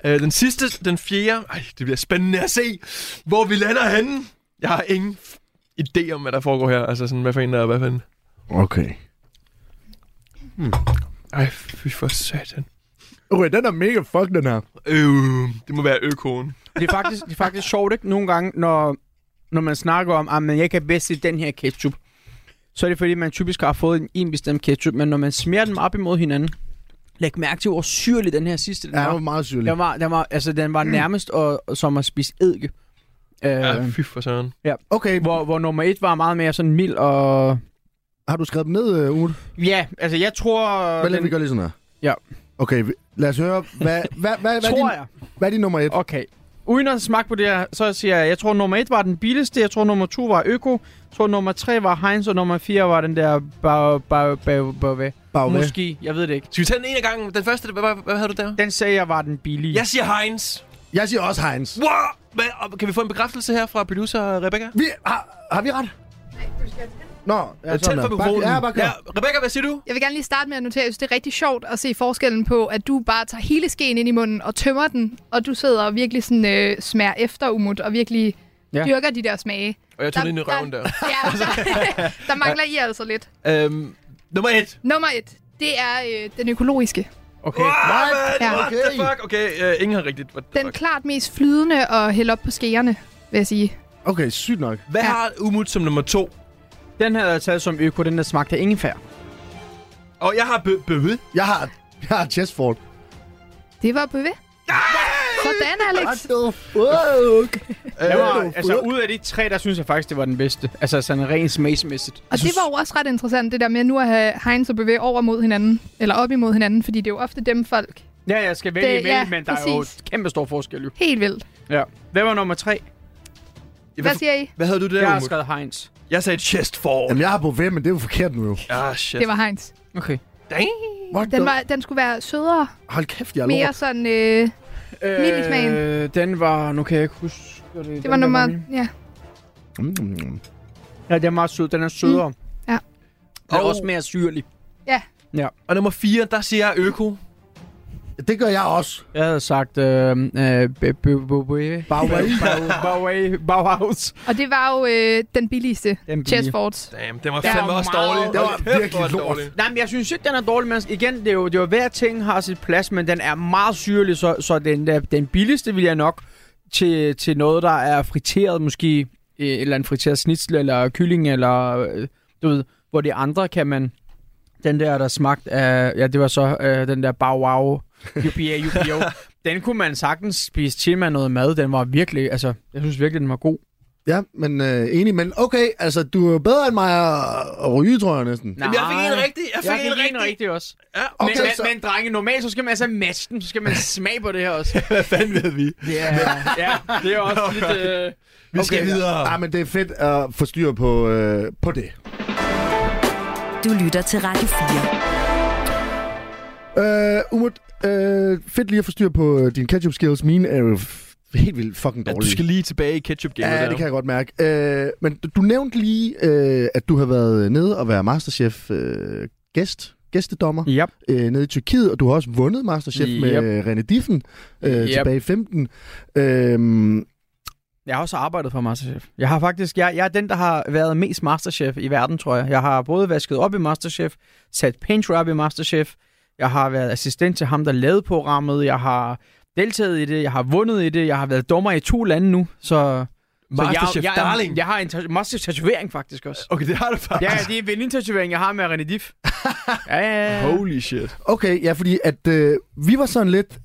[SPEAKER 4] øh, den sidste, den fjerde. Ej, det bliver spændende at se, hvor vi lander henne. Jeg har ingen f- idé om, hvad der foregår her. Altså sådan, hvad for en der er, hvad for en.
[SPEAKER 3] Okay.
[SPEAKER 4] Ej, fy for satan.
[SPEAKER 3] Okay, den er mega fuck, den her.
[SPEAKER 4] Øh, det må være økoen.
[SPEAKER 5] Det er faktisk, det er faktisk sjovt, ikke? Nogle gange, når, når man snakker om, at jeg kan bedst lide den her ketchup, så er det fordi, man typisk har fået en, en bestemt ketchup, men når man smager dem op imod hinanden, læg mærke til, hvor syrlig den her sidste den
[SPEAKER 3] Ja, den var
[SPEAKER 5] var.
[SPEAKER 3] meget syrlig.
[SPEAKER 5] Den var, den var, altså, den var nærmest og, som at spise eddike. Øh,
[SPEAKER 4] Ja, Ah, fy for søren.
[SPEAKER 3] Okay,
[SPEAKER 5] hvor, hvor nummer et var meget mere sådan mild og...
[SPEAKER 3] har du skrevet dem ned, uh, Umut?
[SPEAKER 5] Ja, altså jeg tror...
[SPEAKER 3] Hvad lader
[SPEAKER 5] den,
[SPEAKER 3] vi gøre lige sådan her?
[SPEAKER 5] Ja.
[SPEAKER 3] Okay, vi- lad os høre, hvad, hvad, hvad, hvad, er
[SPEAKER 5] tror
[SPEAKER 3] din,
[SPEAKER 5] jeg.
[SPEAKER 3] hvad er din nummer et?
[SPEAKER 5] Okay. Uden at smage på det her, så siger jeg, jeg tror nummer 1 var den billigste, jeg tror nummer 2 var Øko, jeg tror nummer 3 var Heinz, og nummer 4 var den der Bau- Bau- Bau- Bau- Bau-
[SPEAKER 3] Bagved.
[SPEAKER 5] Måske, jeg ved det ikke.
[SPEAKER 4] Skal vi tage den ene gang? Den første, hvad, hvad, hvad havde du der?
[SPEAKER 5] Den sagde jeg var den billige.
[SPEAKER 4] Jeg siger Heinz.
[SPEAKER 3] Jeg siger også Heinz.
[SPEAKER 4] Wow! Hvad, og kan vi få en bekræftelse her fra producer Rebecca?
[SPEAKER 3] Vi, har, har vi ret? Nej, du skal Nå, ja,
[SPEAKER 4] Jeg
[SPEAKER 3] sådan
[SPEAKER 4] tænd for
[SPEAKER 3] der. Bare,
[SPEAKER 4] mikrofonen.
[SPEAKER 3] ja, bare kør.
[SPEAKER 4] ja, Rebecca, hvad siger du?
[SPEAKER 2] Jeg vil gerne lige starte med at notere, at jeg synes, det er rigtig sjovt at se forskellen på, at du bare tager hele skeen ind i munden og tømmer den, og du sidder og virkelig sådan, øh, smager efter umut og virkelig
[SPEAKER 5] Ja.
[SPEAKER 2] ja. dyrker de der smage.
[SPEAKER 4] Og jeg tog den ind i røven der.
[SPEAKER 2] Ja, der, der mangler I altså lidt.
[SPEAKER 4] Øhm, nummer et.
[SPEAKER 2] Nummer et, Det er øh, den økologiske.
[SPEAKER 5] Okay.
[SPEAKER 4] What?
[SPEAKER 2] Ja.
[SPEAKER 4] What the fuck? Okay, øh, ingen har rigtigt. What the
[SPEAKER 2] Den
[SPEAKER 4] fuck?
[SPEAKER 2] klart mest flydende og hælde op på skeerne, vil jeg sige.
[SPEAKER 3] Okay, sygt nok.
[SPEAKER 4] Hvad
[SPEAKER 2] Ja.
[SPEAKER 4] har Umut som nummer to?
[SPEAKER 5] Den havde jeg taget som øko, den der smagte af ingefær.
[SPEAKER 3] Øh,
[SPEAKER 4] Og jeg har bø- bøde.
[SPEAKER 3] Jeg har, jeg har Chessford.
[SPEAKER 2] Det var bevæg. Sådan, Alex.
[SPEAKER 3] the fuck?
[SPEAKER 5] Jeg
[SPEAKER 4] Øh,
[SPEAKER 5] var, altså, ud af de tre, der synes jeg faktisk, det var den bedste. Altså sådan rent smagsmæssigt.
[SPEAKER 2] Og det var jo også ret interessant, det der med nu at have Heinz og bevæge over mod hinanden, eller op imod hinanden, fordi det er jo ofte dem folk.
[SPEAKER 5] Ja, jeg skal vælge
[SPEAKER 2] Det-
[SPEAKER 5] imellem,
[SPEAKER 2] ja,
[SPEAKER 5] men der er jo
[SPEAKER 2] præcis.
[SPEAKER 5] kæmpe stor forskel. Jo.
[SPEAKER 2] Helt vildt.
[SPEAKER 5] Ja. Hvem var nummer tre?
[SPEAKER 2] Hvad siger I?
[SPEAKER 4] Hvad havde du der,
[SPEAKER 5] Jeg har
[SPEAKER 4] Umut?
[SPEAKER 5] skrevet Heinz.
[SPEAKER 4] Jeg sagde chest for.
[SPEAKER 3] Jamen, jeg har på hvem, men det er jo forkert nu jo.
[SPEAKER 4] Ah, shit.
[SPEAKER 2] Det var Heinz.
[SPEAKER 5] Okay.
[SPEAKER 3] What
[SPEAKER 2] Den,
[SPEAKER 3] the-
[SPEAKER 2] var, den skulle være sødere,
[SPEAKER 3] Hold kæft, jeg er
[SPEAKER 2] mere
[SPEAKER 3] lort.
[SPEAKER 2] sådan... Øh, Mild i smagen.
[SPEAKER 5] den var... Nu kan jeg ikke huske... hvad Det,
[SPEAKER 2] det var nummer... Ja.
[SPEAKER 3] Mm.
[SPEAKER 5] Ja, den var sød. Den er sødere. Mm.
[SPEAKER 2] Ja.
[SPEAKER 5] Den er
[SPEAKER 4] Og-
[SPEAKER 5] også mere syrlig.
[SPEAKER 4] Og nummer 4, der siger jeg øko.
[SPEAKER 3] Det gør jeg også.
[SPEAKER 5] Jeg havde sagt... Øh, øh, Bauhaus.
[SPEAKER 2] Og det var jo øh, den billigste.
[SPEAKER 5] Den billige.
[SPEAKER 2] Chessfords.
[SPEAKER 4] Damn, den var
[SPEAKER 5] Der
[SPEAKER 4] fandme
[SPEAKER 5] er
[SPEAKER 4] også
[SPEAKER 5] meget-
[SPEAKER 4] dårlig.
[SPEAKER 3] Det var
[SPEAKER 4] Hold kæft,
[SPEAKER 3] virkelig
[SPEAKER 4] hvor er den
[SPEAKER 3] lort.
[SPEAKER 4] dårlig.
[SPEAKER 5] Nej, men jeg synes ikke, den er dårlig, men igen, det er jo, det er jo hver ting har sit plads, men den er meget syrlig, så, så den, der- den billigste vil jeg nok til, til noget, der er friteret, måske øh, et eller en friteret snitsel, eller kylling, eller øh, du ved, hvor de andre kan man... Den der, der smagt af... Ja, det var så øh, den der Bao Wow. Yupia, yupio. den kunne man sagtens spise til med noget mad. Den var virkelig... Altså, jeg synes virkelig, den var god.
[SPEAKER 3] Ja, men øh, enig, men okay, altså, du er jo bedere end mig at, at ryge, tror jeg næsten.
[SPEAKER 5] Nej.
[SPEAKER 4] Jamen, jeg fik en rigtig. Jeg
[SPEAKER 5] Jeg
[SPEAKER 4] fik en rigtig.
[SPEAKER 5] rigtig også.
[SPEAKER 4] Ja,
[SPEAKER 5] Okay,
[SPEAKER 3] Okay,
[SPEAKER 5] men,
[SPEAKER 3] så-
[SPEAKER 5] men, men drenge, normalt så skal man altså matche den, så skal man smage på det her også.
[SPEAKER 4] hvad fanden ved vi?
[SPEAKER 5] Ja, ja, det er også lidt... Øh...
[SPEAKER 4] Vi skal
[SPEAKER 3] Okay.
[SPEAKER 4] videre.
[SPEAKER 3] Nej, Ah, men det er fedt at få styr på, øh, på det.
[SPEAKER 1] Du lytter til Radio 4.
[SPEAKER 3] Øh, Umut, øh, fedt lige at få styr på øh, dine ketchup skills. Mine er jo f- helt vildt fucking
[SPEAKER 4] Ja,
[SPEAKER 3] dårlige.
[SPEAKER 4] du skal lige tilbage i ketchup game.
[SPEAKER 3] Ja, det kan jeg godt mærke. Øh, men du, du nævnte lige, øh, at du har været nede og været Masterchef øh, gæst, gæstedommer
[SPEAKER 5] Yep.
[SPEAKER 4] Mm.
[SPEAKER 3] øh, nede i Tyrkiet, og du har også vundet Masterchef yep. med
[SPEAKER 5] Yep.
[SPEAKER 3] øh, René Diffen øh,
[SPEAKER 5] Yep.
[SPEAKER 3] tilbage i 15. Øh,
[SPEAKER 5] Jeg har også arbejdet for Masterchef. Jeg har faktisk... Jeg, jeg er den, der har været mest Masterchef i verden, tror jeg. Jeg har både vasket op i Masterchef, sat painter op i Masterchef, jeg har været assistent til ham, der lavede programmet, jeg har deltaget i det, jeg har vundet i det, jeg har været dommer i to lande nu, så... så
[SPEAKER 4] Masterchef
[SPEAKER 5] jeg, jeg,
[SPEAKER 4] Darling.
[SPEAKER 5] Jeg, jeg har en ta- Masterchef-tatovering faktisk også.
[SPEAKER 4] Okay, det har du
[SPEAKER 5] Ja,
[SPEAKER 4] faktisk.
[SPEAKER 5] det er vindingtatovering, jeg har med René Diff. ja, ja, ja.
[SPEAKER 4] Holy shit.
[SPEAKER 3] Okay, ja, fordi at øh, vi var sådan lidt...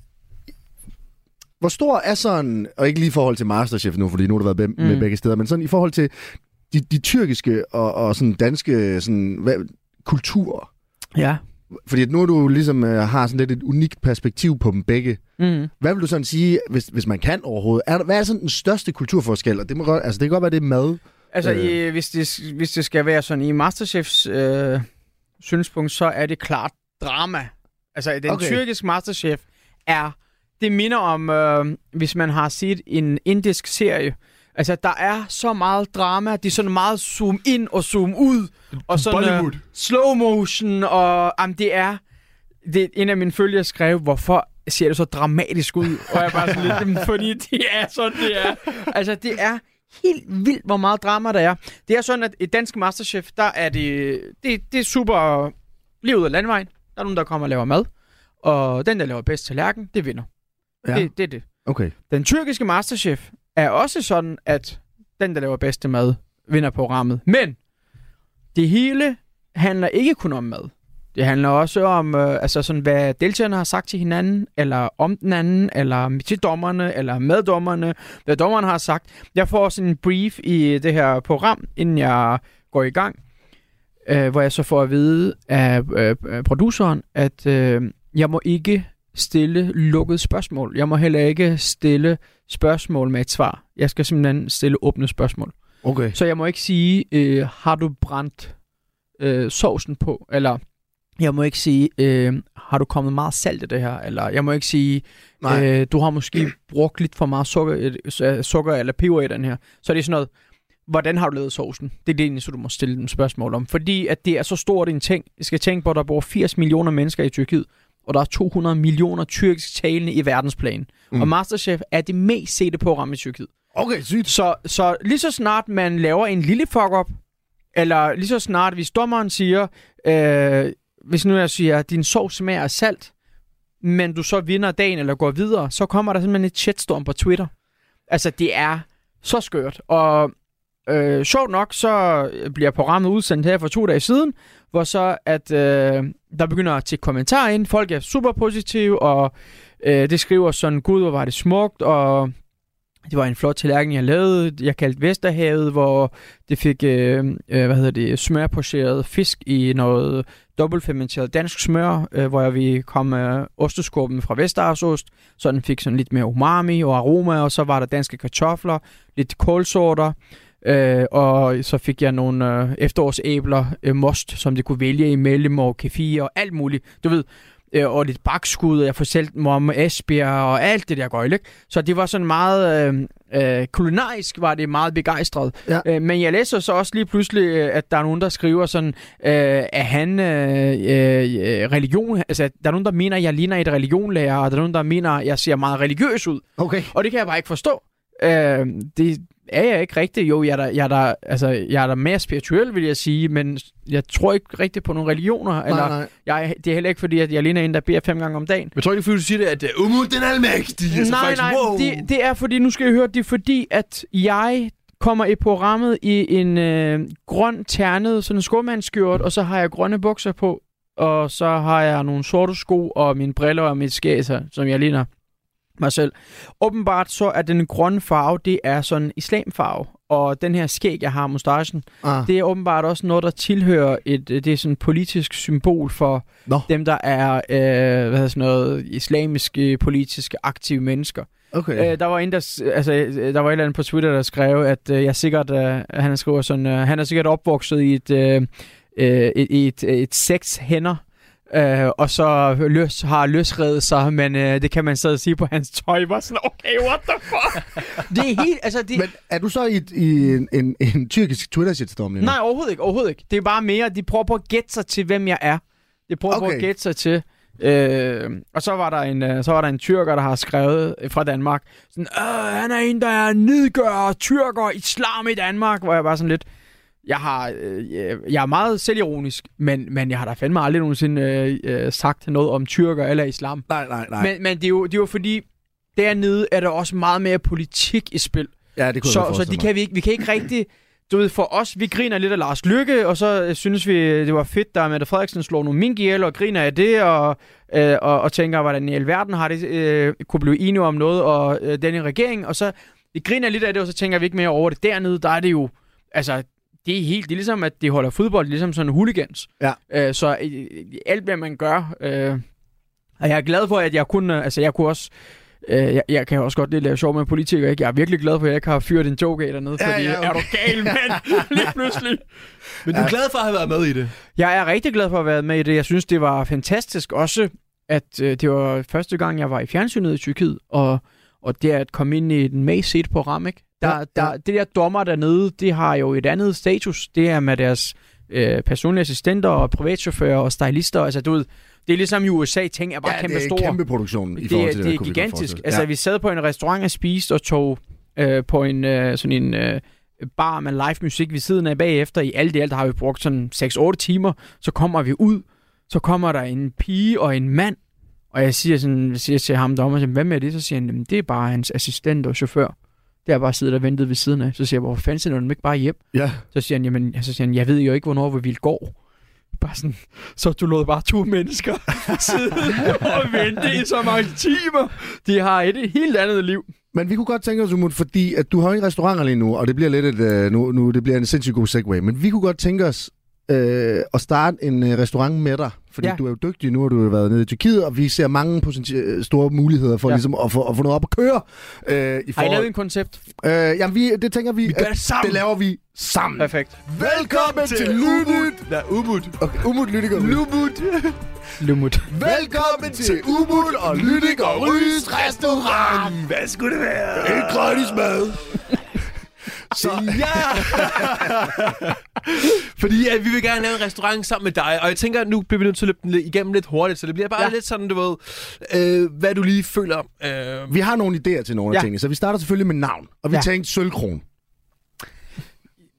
[SPEAKER 3] Hvor stor er sådan, og ikke lige i forhold til Masterchef nu, fordi nu har du været be- med
[SPEAKER 5] Mm.
[SPEAKER 3] begge steder, men sådan i forhold til de, de tyrkiske og, og sådan danske sådan, hvad, kulturer.
[SPEAKER 5] Ja.
[SPEAKER 3] Fordi at nu er du ligesom øh, har sådan lidt et unikt perspektiv på dem begge.
[SPEAKER 5] Mm.
[SPEAKER 3] Hvad vil du sådan sige, hvis, hvis man kan overhovedet? Er, der- hvad er sådan den største kulturforskel? Og det, må godt, altså, det kan godt være, det er mad.
[SPEAKER 5] Altså,
[SPEAKER 3] Øh.
[SPEAKER 5] øh. i, hvis, det, hvis det skal være sådan i Masterchefs øh, synspunkt, så er det klart drama. Altså,
[SPEAKER 3] Okay.
[SPEAKER 5] den okay. tyrkiske Masterchef er... Det minder om, øh, hvis man har set en indisk serie. Altså, der er så meget drama. De er sådan meget zoom ind og zoom ud. Og sådan, øh,
[SPEAKER 4] Bollywood.
[SPEAKER 5] slow motion, og jamen, det er... Det, en af mine følgere skrev, hvorfor ser det så dramatisk ud? Og jeg er bare sådan lidt, "Jamen, fordi det er sådan, det er. Altså, det er helt vildt, hvor meget drama der er. Det er sådan, at et dansk masterchef, der er det, det, det er super lige ud af landvejen. Der er nogen, der kommer og laver mad. Og den, der laver bedst tallerken, det vinder. Ja. Det, det er det.
[SPEAKER 3] Okay.
[SPEAKER 5] Den tyrkiske masterchef er også sådan, at den, der laver bedste mad, vinder programmet. Men det hele handler ikke kun om mad. Det handler også om, øh, altså sådan, hvad deltagerne har sagt til hinanden, eller om den anden, eller til dommerne, eller med dommerne, hvad dommerne har sagt. Jeg får sådan en brief i det her program, inden jeg går i gang, øh, hvor jeg så får at vide af øh, øh, produceren, at øh, jeg må ikke stille lukkede spørgsmål. Jeg må heller ikke stille spørgsmål med et svar. Jeg skal simpelthen stille åbne spørgsmål.
[SPEAKER 3] Okay.
[SPEAKER 5] Så jeg må ikke sige, øh, har du brændt øh, sovsen på? Eller jeg må ikke sige, øh, har du kommet meget salt i det her? Eller jeg må ikke sige,
[SPEAKER 3] Nej.
[SPEAKER 5] Øh, du har måske brugt lidt for meget sukker, øh, s- øh, sukker eller peber i den her. Så det er sådan noget, hvordan har du lavet sovsen? Det er det eneste, du må stille dem spørgsmål om. Fordi at det er så stort en ting. Jeg skal tænke på, at der bor 80 millioner mennesker i Tyrkiet, og der er 200 millioner tyrkisk talende i verdensplan.
[SPEAKER 3] Mm.
[SPEAKER 5] Mm. Og Masterchef er det mest sete program i Tyrkiet.
[SPEAKER 3] Okay, sygt.
[SPEAKER 5] Så, så lige så snart man laver en lille fuck-up, eller lige så snart hvis dommeren siger, øh, hvis nu jeg siger, at din sovs smager af salt, men du så vinder dagen eller går videre, så kommer der simpelthen et shitstorm på Twitter. Altså, det er så skørt. Og øh, sjovt nok, så bliver programmet udsendt her for to dage siden, hvor så, at øh, der begynder at tjekke kommentarer ind. Folk er super positive, og øh, det skriver sådan, gud, hvor var det smukt, og det var en flot tallerken, jeg lavede. Jeg kaldte Vesterhavet, hvor det fik øh, øh, hvad hedder det, smørpocheret fisk i noget dobbeltfermenteret dansk smør, øh, hvor jeg vi kom med øh, osteskorpen fra Vesterhavsost, så den fik sådan lidt mere umami og aroma, og så var der danske kartofler, lidt kålsorter, øh, og så fik jeg nogle øh, efterårsæbler, øh, most, som de kunne vælge imellem, og kefir og alt muligt. Du ved, øh, og lidt bakskud, og jeg fortalte mig om Esbjerg og alt det der gøjle. ikke? Så det var sådan meget øh, øh, kulinarisk, var det meget begejstret.
[SPEAKER 3] Ja.
[SPEAKER 5] Øh, men jeg læser så også lige pludselig, øh, at der er nogen, der skriver sådan, øh, at han øh, øh, religion, altså der er nogen, der mener, at jeg ligner et religionlærer, og der er nogen, der mener, at jeg ser meget religiøs ud.
[SPEAKER 3] Okay.
[SPEAKER 5] Og det kan jeg bare ikke forstå. Øh, det er jeg ikke rigtigt. Jo, jeg er, da, jeg, er da, altså, jeg er da mere spirituel, vil jeg sige, men jeg tror ikke rigtigt på nogle religioner. Nej, eller,
[SPEAKER 3] nej.
[SPEAKER 5] jeg, det er heller ikke fordi, at jeg ligner en, der beder fem gange om dagen.
[SPEAKER 4] Jeg tror ikke, fordi du siger det, at øh, Umut den almægtige. Altså,
[SPEAKER 5] nej,
[SPEAKER 4] faktisk,
[SPEAKER 5] nej,
[SPEAKER 4] wow.
[SPEAKER 5] det, det er fordi, nu skal I høre, det er fordi, at jeg kommer i programmet i en øh, grøn ternet sådan en skumandskjort, og så har jeg grønne bukser på, og så har jeg nogle sorte sko og mine briller og mit skæser, som jeg ligner mig selv. Åbenbart så er den grønne farve, det er sådan islamfarve, og den her skæg, jeg har, mustachen,
[SPEAKER 3] Ah.
[SPEAKER 5] det er åbenbart også noget, der tilhører et, det er sådan et politisk symbol for
[SPEAKER 3] Nå.
[SPEAKER 5] dem, der er øh, hvad hedder sådan noget, islamiske, politiske, aktive mennesker.
[SPEAKER 3] Okay.
[SPEAKER 5] Øh, der var en, der, s- altså, øh, der var et eller andet på Twitter, der skrev, at øh, jeg er sikkert, øh, han skriver sådan, øh, han er sikkert opvokset i et, øh, øh, i et, et seks hænder, øh, og så løs, har løsredet sig, men øh, det kan man så sige på hans tøj, var sådan, okay, what the fuck? det er helt, altså, det,
[SPEAKER 3] Men er du så i, et- i en, en, en tyrkisk Twitter-shitstorm lige nu?
[SPEAKER 5] Nej, overhovedet ikke, overhovedet ikke. Det er bare mere, de prøver på at gætte sig til, hvem jeg er. De prøver okay. på
[SPEAKER 3] Okay.
[SPEAKER 5] at gætte sig til. Øh, og så var, der en, øh, så var der en tyrker, der har skrevet øh, fra Danmark, sådan, øh, han er en, der nedgør tyrker islam i Danmark, hvor jeg bare sådan lidt, jeg har, øh, jeg- jeg er meget selvironisk, men, men jeg har da fandme aldrig nogensinde øh, øh, sagt noget om tyrker eller islam.
[SPEAKER 3] nej, nej. nej. Men,
[SPEAKER 5] Men, men det, er jo, det er jo fordi, dernede er der også meget mere politik i spil
[SPEAKER 3] ja, det kunne jeg
[SPEAKER 5] så,
[SPEAKER 3] godt
[SPEAKER 5] så
[SPEAKER 3] forestille
[SPEAKER 5] de kan vi, ikke, vi kan ikke rigtig... Du ved, for os, vi griner lidt af Lars Lykke, og så øh, synes vi, det var fedt, der Mette Frederiksen slår nogle mink ihjel, og griner af det, og, øh, og, og tænker, hvordan i alverden har det øh, kunne blive enige om noget, og øh, denne regering, og så vi griner lidt af det, og så tænker vi ikke mere over det. Dernede, der er det jo, altså, det er helt, det er ligesom, at de holder fodbold, ligesom sådan hooligans.
[SPEAKER 3] Ja.
[SPEAKER 5] Øh, så øh, alt, hvad man gør, øh, og jeg er glad for, at jeg kunne, altså jeg kunne også, øh, jeg, jeg kan også godt lidt lave sjov med politikere, ikke? Jeg er virkelig glad for, at jeg ikke har fyret en joke af dernede,
[SPEAKER 3] Ja,
[SPEAKER 5] fordi
[SPEAKER 3] ja, okay.
[SPEAKER 5] er du gal, mand? Lige pludselig.
[SPEAKER 4] Men du er glad for at have været med i det.
[SPEAKER 5] Jeg er rigtig glad for at have været med i det. Jeg synes, det var fantastisk også, at øh, det var første gang, jeg var i fjernsynet i Tyrkiet, og, og det at komme ind i den mest set program, ikke? Der,
[SPEAKER 3] Ja,
[SPEAKER 5] der,
[SPEAKER 3] ja.
[SPEAKER 5] Det der dommer dernede, det har jo et andet status. Det er med deres øh, personlige assistenter og privatchauffører og stylister. Altså, du ved, det er ligesom i USA, ting er bare
[SPEAKER 3] mig.
[SPEAKER 5] kæmpe
[SPEAKER 3] ja, det er
[SPEAKER 5] store.
[SPEAKER 3] kæmpe produktion i
[SPEAKER 5] Det,
[SPEAKER 3] forhold
[SPEAKER 5] det,
[SPEAKER 3] til
[SPEAKER 5] det,
[SPEAKER 3] det, der
[SPEAKER 5] det er
[SPEAKER 3] kunne vi godt
[SPEAKER 5] gigantisk.
[SPEAKER 3] forestille os.
[SPEAKER 5] Altså, vi sad på en restaurant og spiste og tog øh, på en øh, sådan en øh, bar med live musik ved siden af bagefter. I alt i alt har vi brugt sådan 6-8 timer. Så kommer vi ud, så kommer der en pige og en mand. Og jeg siger, sådan, jeg siger til ham deromme, hvad med det? Så siger han, "Jamen, det er bare hans assistent og chauffør. Der har bare siddet og ventet ved siden af. Så siger jeg, hvorfor fanden sender du dem ikke bare hjem?
[SPEAKER 3] ja.
[SPEAKER 5] Så siger han, jamen, så siger han, jeg ved jo ikke, hvornår vi vil gå. Bare sådan, så du lod bare to mennesker sidde og vente i så mange timer. De har et helt andet liv.
[SPEAKER 3] Men vi kunne godt tænke os, Umut, fordi at du har jo ikke restauranter lige nu, og det bliver lidt et, øh, nu, nu, det bliver en sindssygt god segue, men vi kunne godt tænke os øh, at starte en øh, restaurant med dig, fordi
[SPEAKER 5] Ja.
[SPEAKER 3] ja. du er jo dygtig, nu har du jo været nede i Tyrkiet, og vi ser mange potentielle store muligheder for
[SPEAKER 5] Ja.
[SPEAKER 3] ja. ligesom at få, at få noget op at køre. Øh, i
[SPEAKER 5] Har I lavet
[SPEAKER 3] forhold...
[SPEAKER 5] en koncept?
[SPEAKER 3] øh, jamen, vi, det tænker vi,
[SPEAKER 4] Vi gør
[SPEAKER 3] at
[SPEAKER 4] det sammen.
[SPEAKER 3] det laver vi sammen.
[SPEAKER 5] Perfekt.
[SPEAKER 3] Velkommen til Umut.
[SPEAKER 4] Nej, Umut.
[SPEAKER 3] Okay, Umut Lyttiker.
[SPEAKER 4] Lumut.
[SPEAKER 5] Lumut.
[SPEAKER 3] Velkommen til Umut og Lyttiker Rys Restaurant.
[SPEAKER 4] Hvad skulle det være?
[SPEAKER 3] En gratis mad. Så,
[SPEAKER 4] Ja! Fordi at vi vil gerne lave en restaurant sammen med dig, og jeg tænker, at nu bliver vi nødt til at løbe den lidt igennem lidt hurtigt, så det bliver bare
[SPEAKER 5] Ja.
[SPEAKER 4] ja. lidt sådan, du ved, øh, hvad du lige føler. Øh,
[SPEAKER 3] vi har nogle idéer til nogle af
[SPEAKER 5] Ja.
[SPEAKER 3] ja. tingene, så vi starter selvfølgelig med navn. Og vi
[SPEAKER 5] Ja.
[SPEAKER 3] ja. tænkte sølvkron.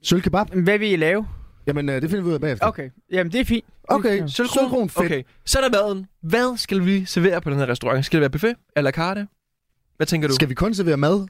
[SPEAKER 3] Sølvkebab?
[SPEAKER 5] Hvad vil I lave?
[SPEAKER 3] Jamen, øh, det finder vi ud af bagefter.
[SPEAKER 5] Okay, jamen det er fint.
[SPEAKER 3] Okay,
[SPEAKER 5] Ja.
[SPEAKER 3] sølvkron, sølvkron fedt. Okay.
[SPEAKER 4] Okay, så er der maden. Hvad skal vi servere på den her restaurant? Skal det være buffet? A la carte? Hvad tænker du?
[SPEAKER 3] Skal vi kun servere mad?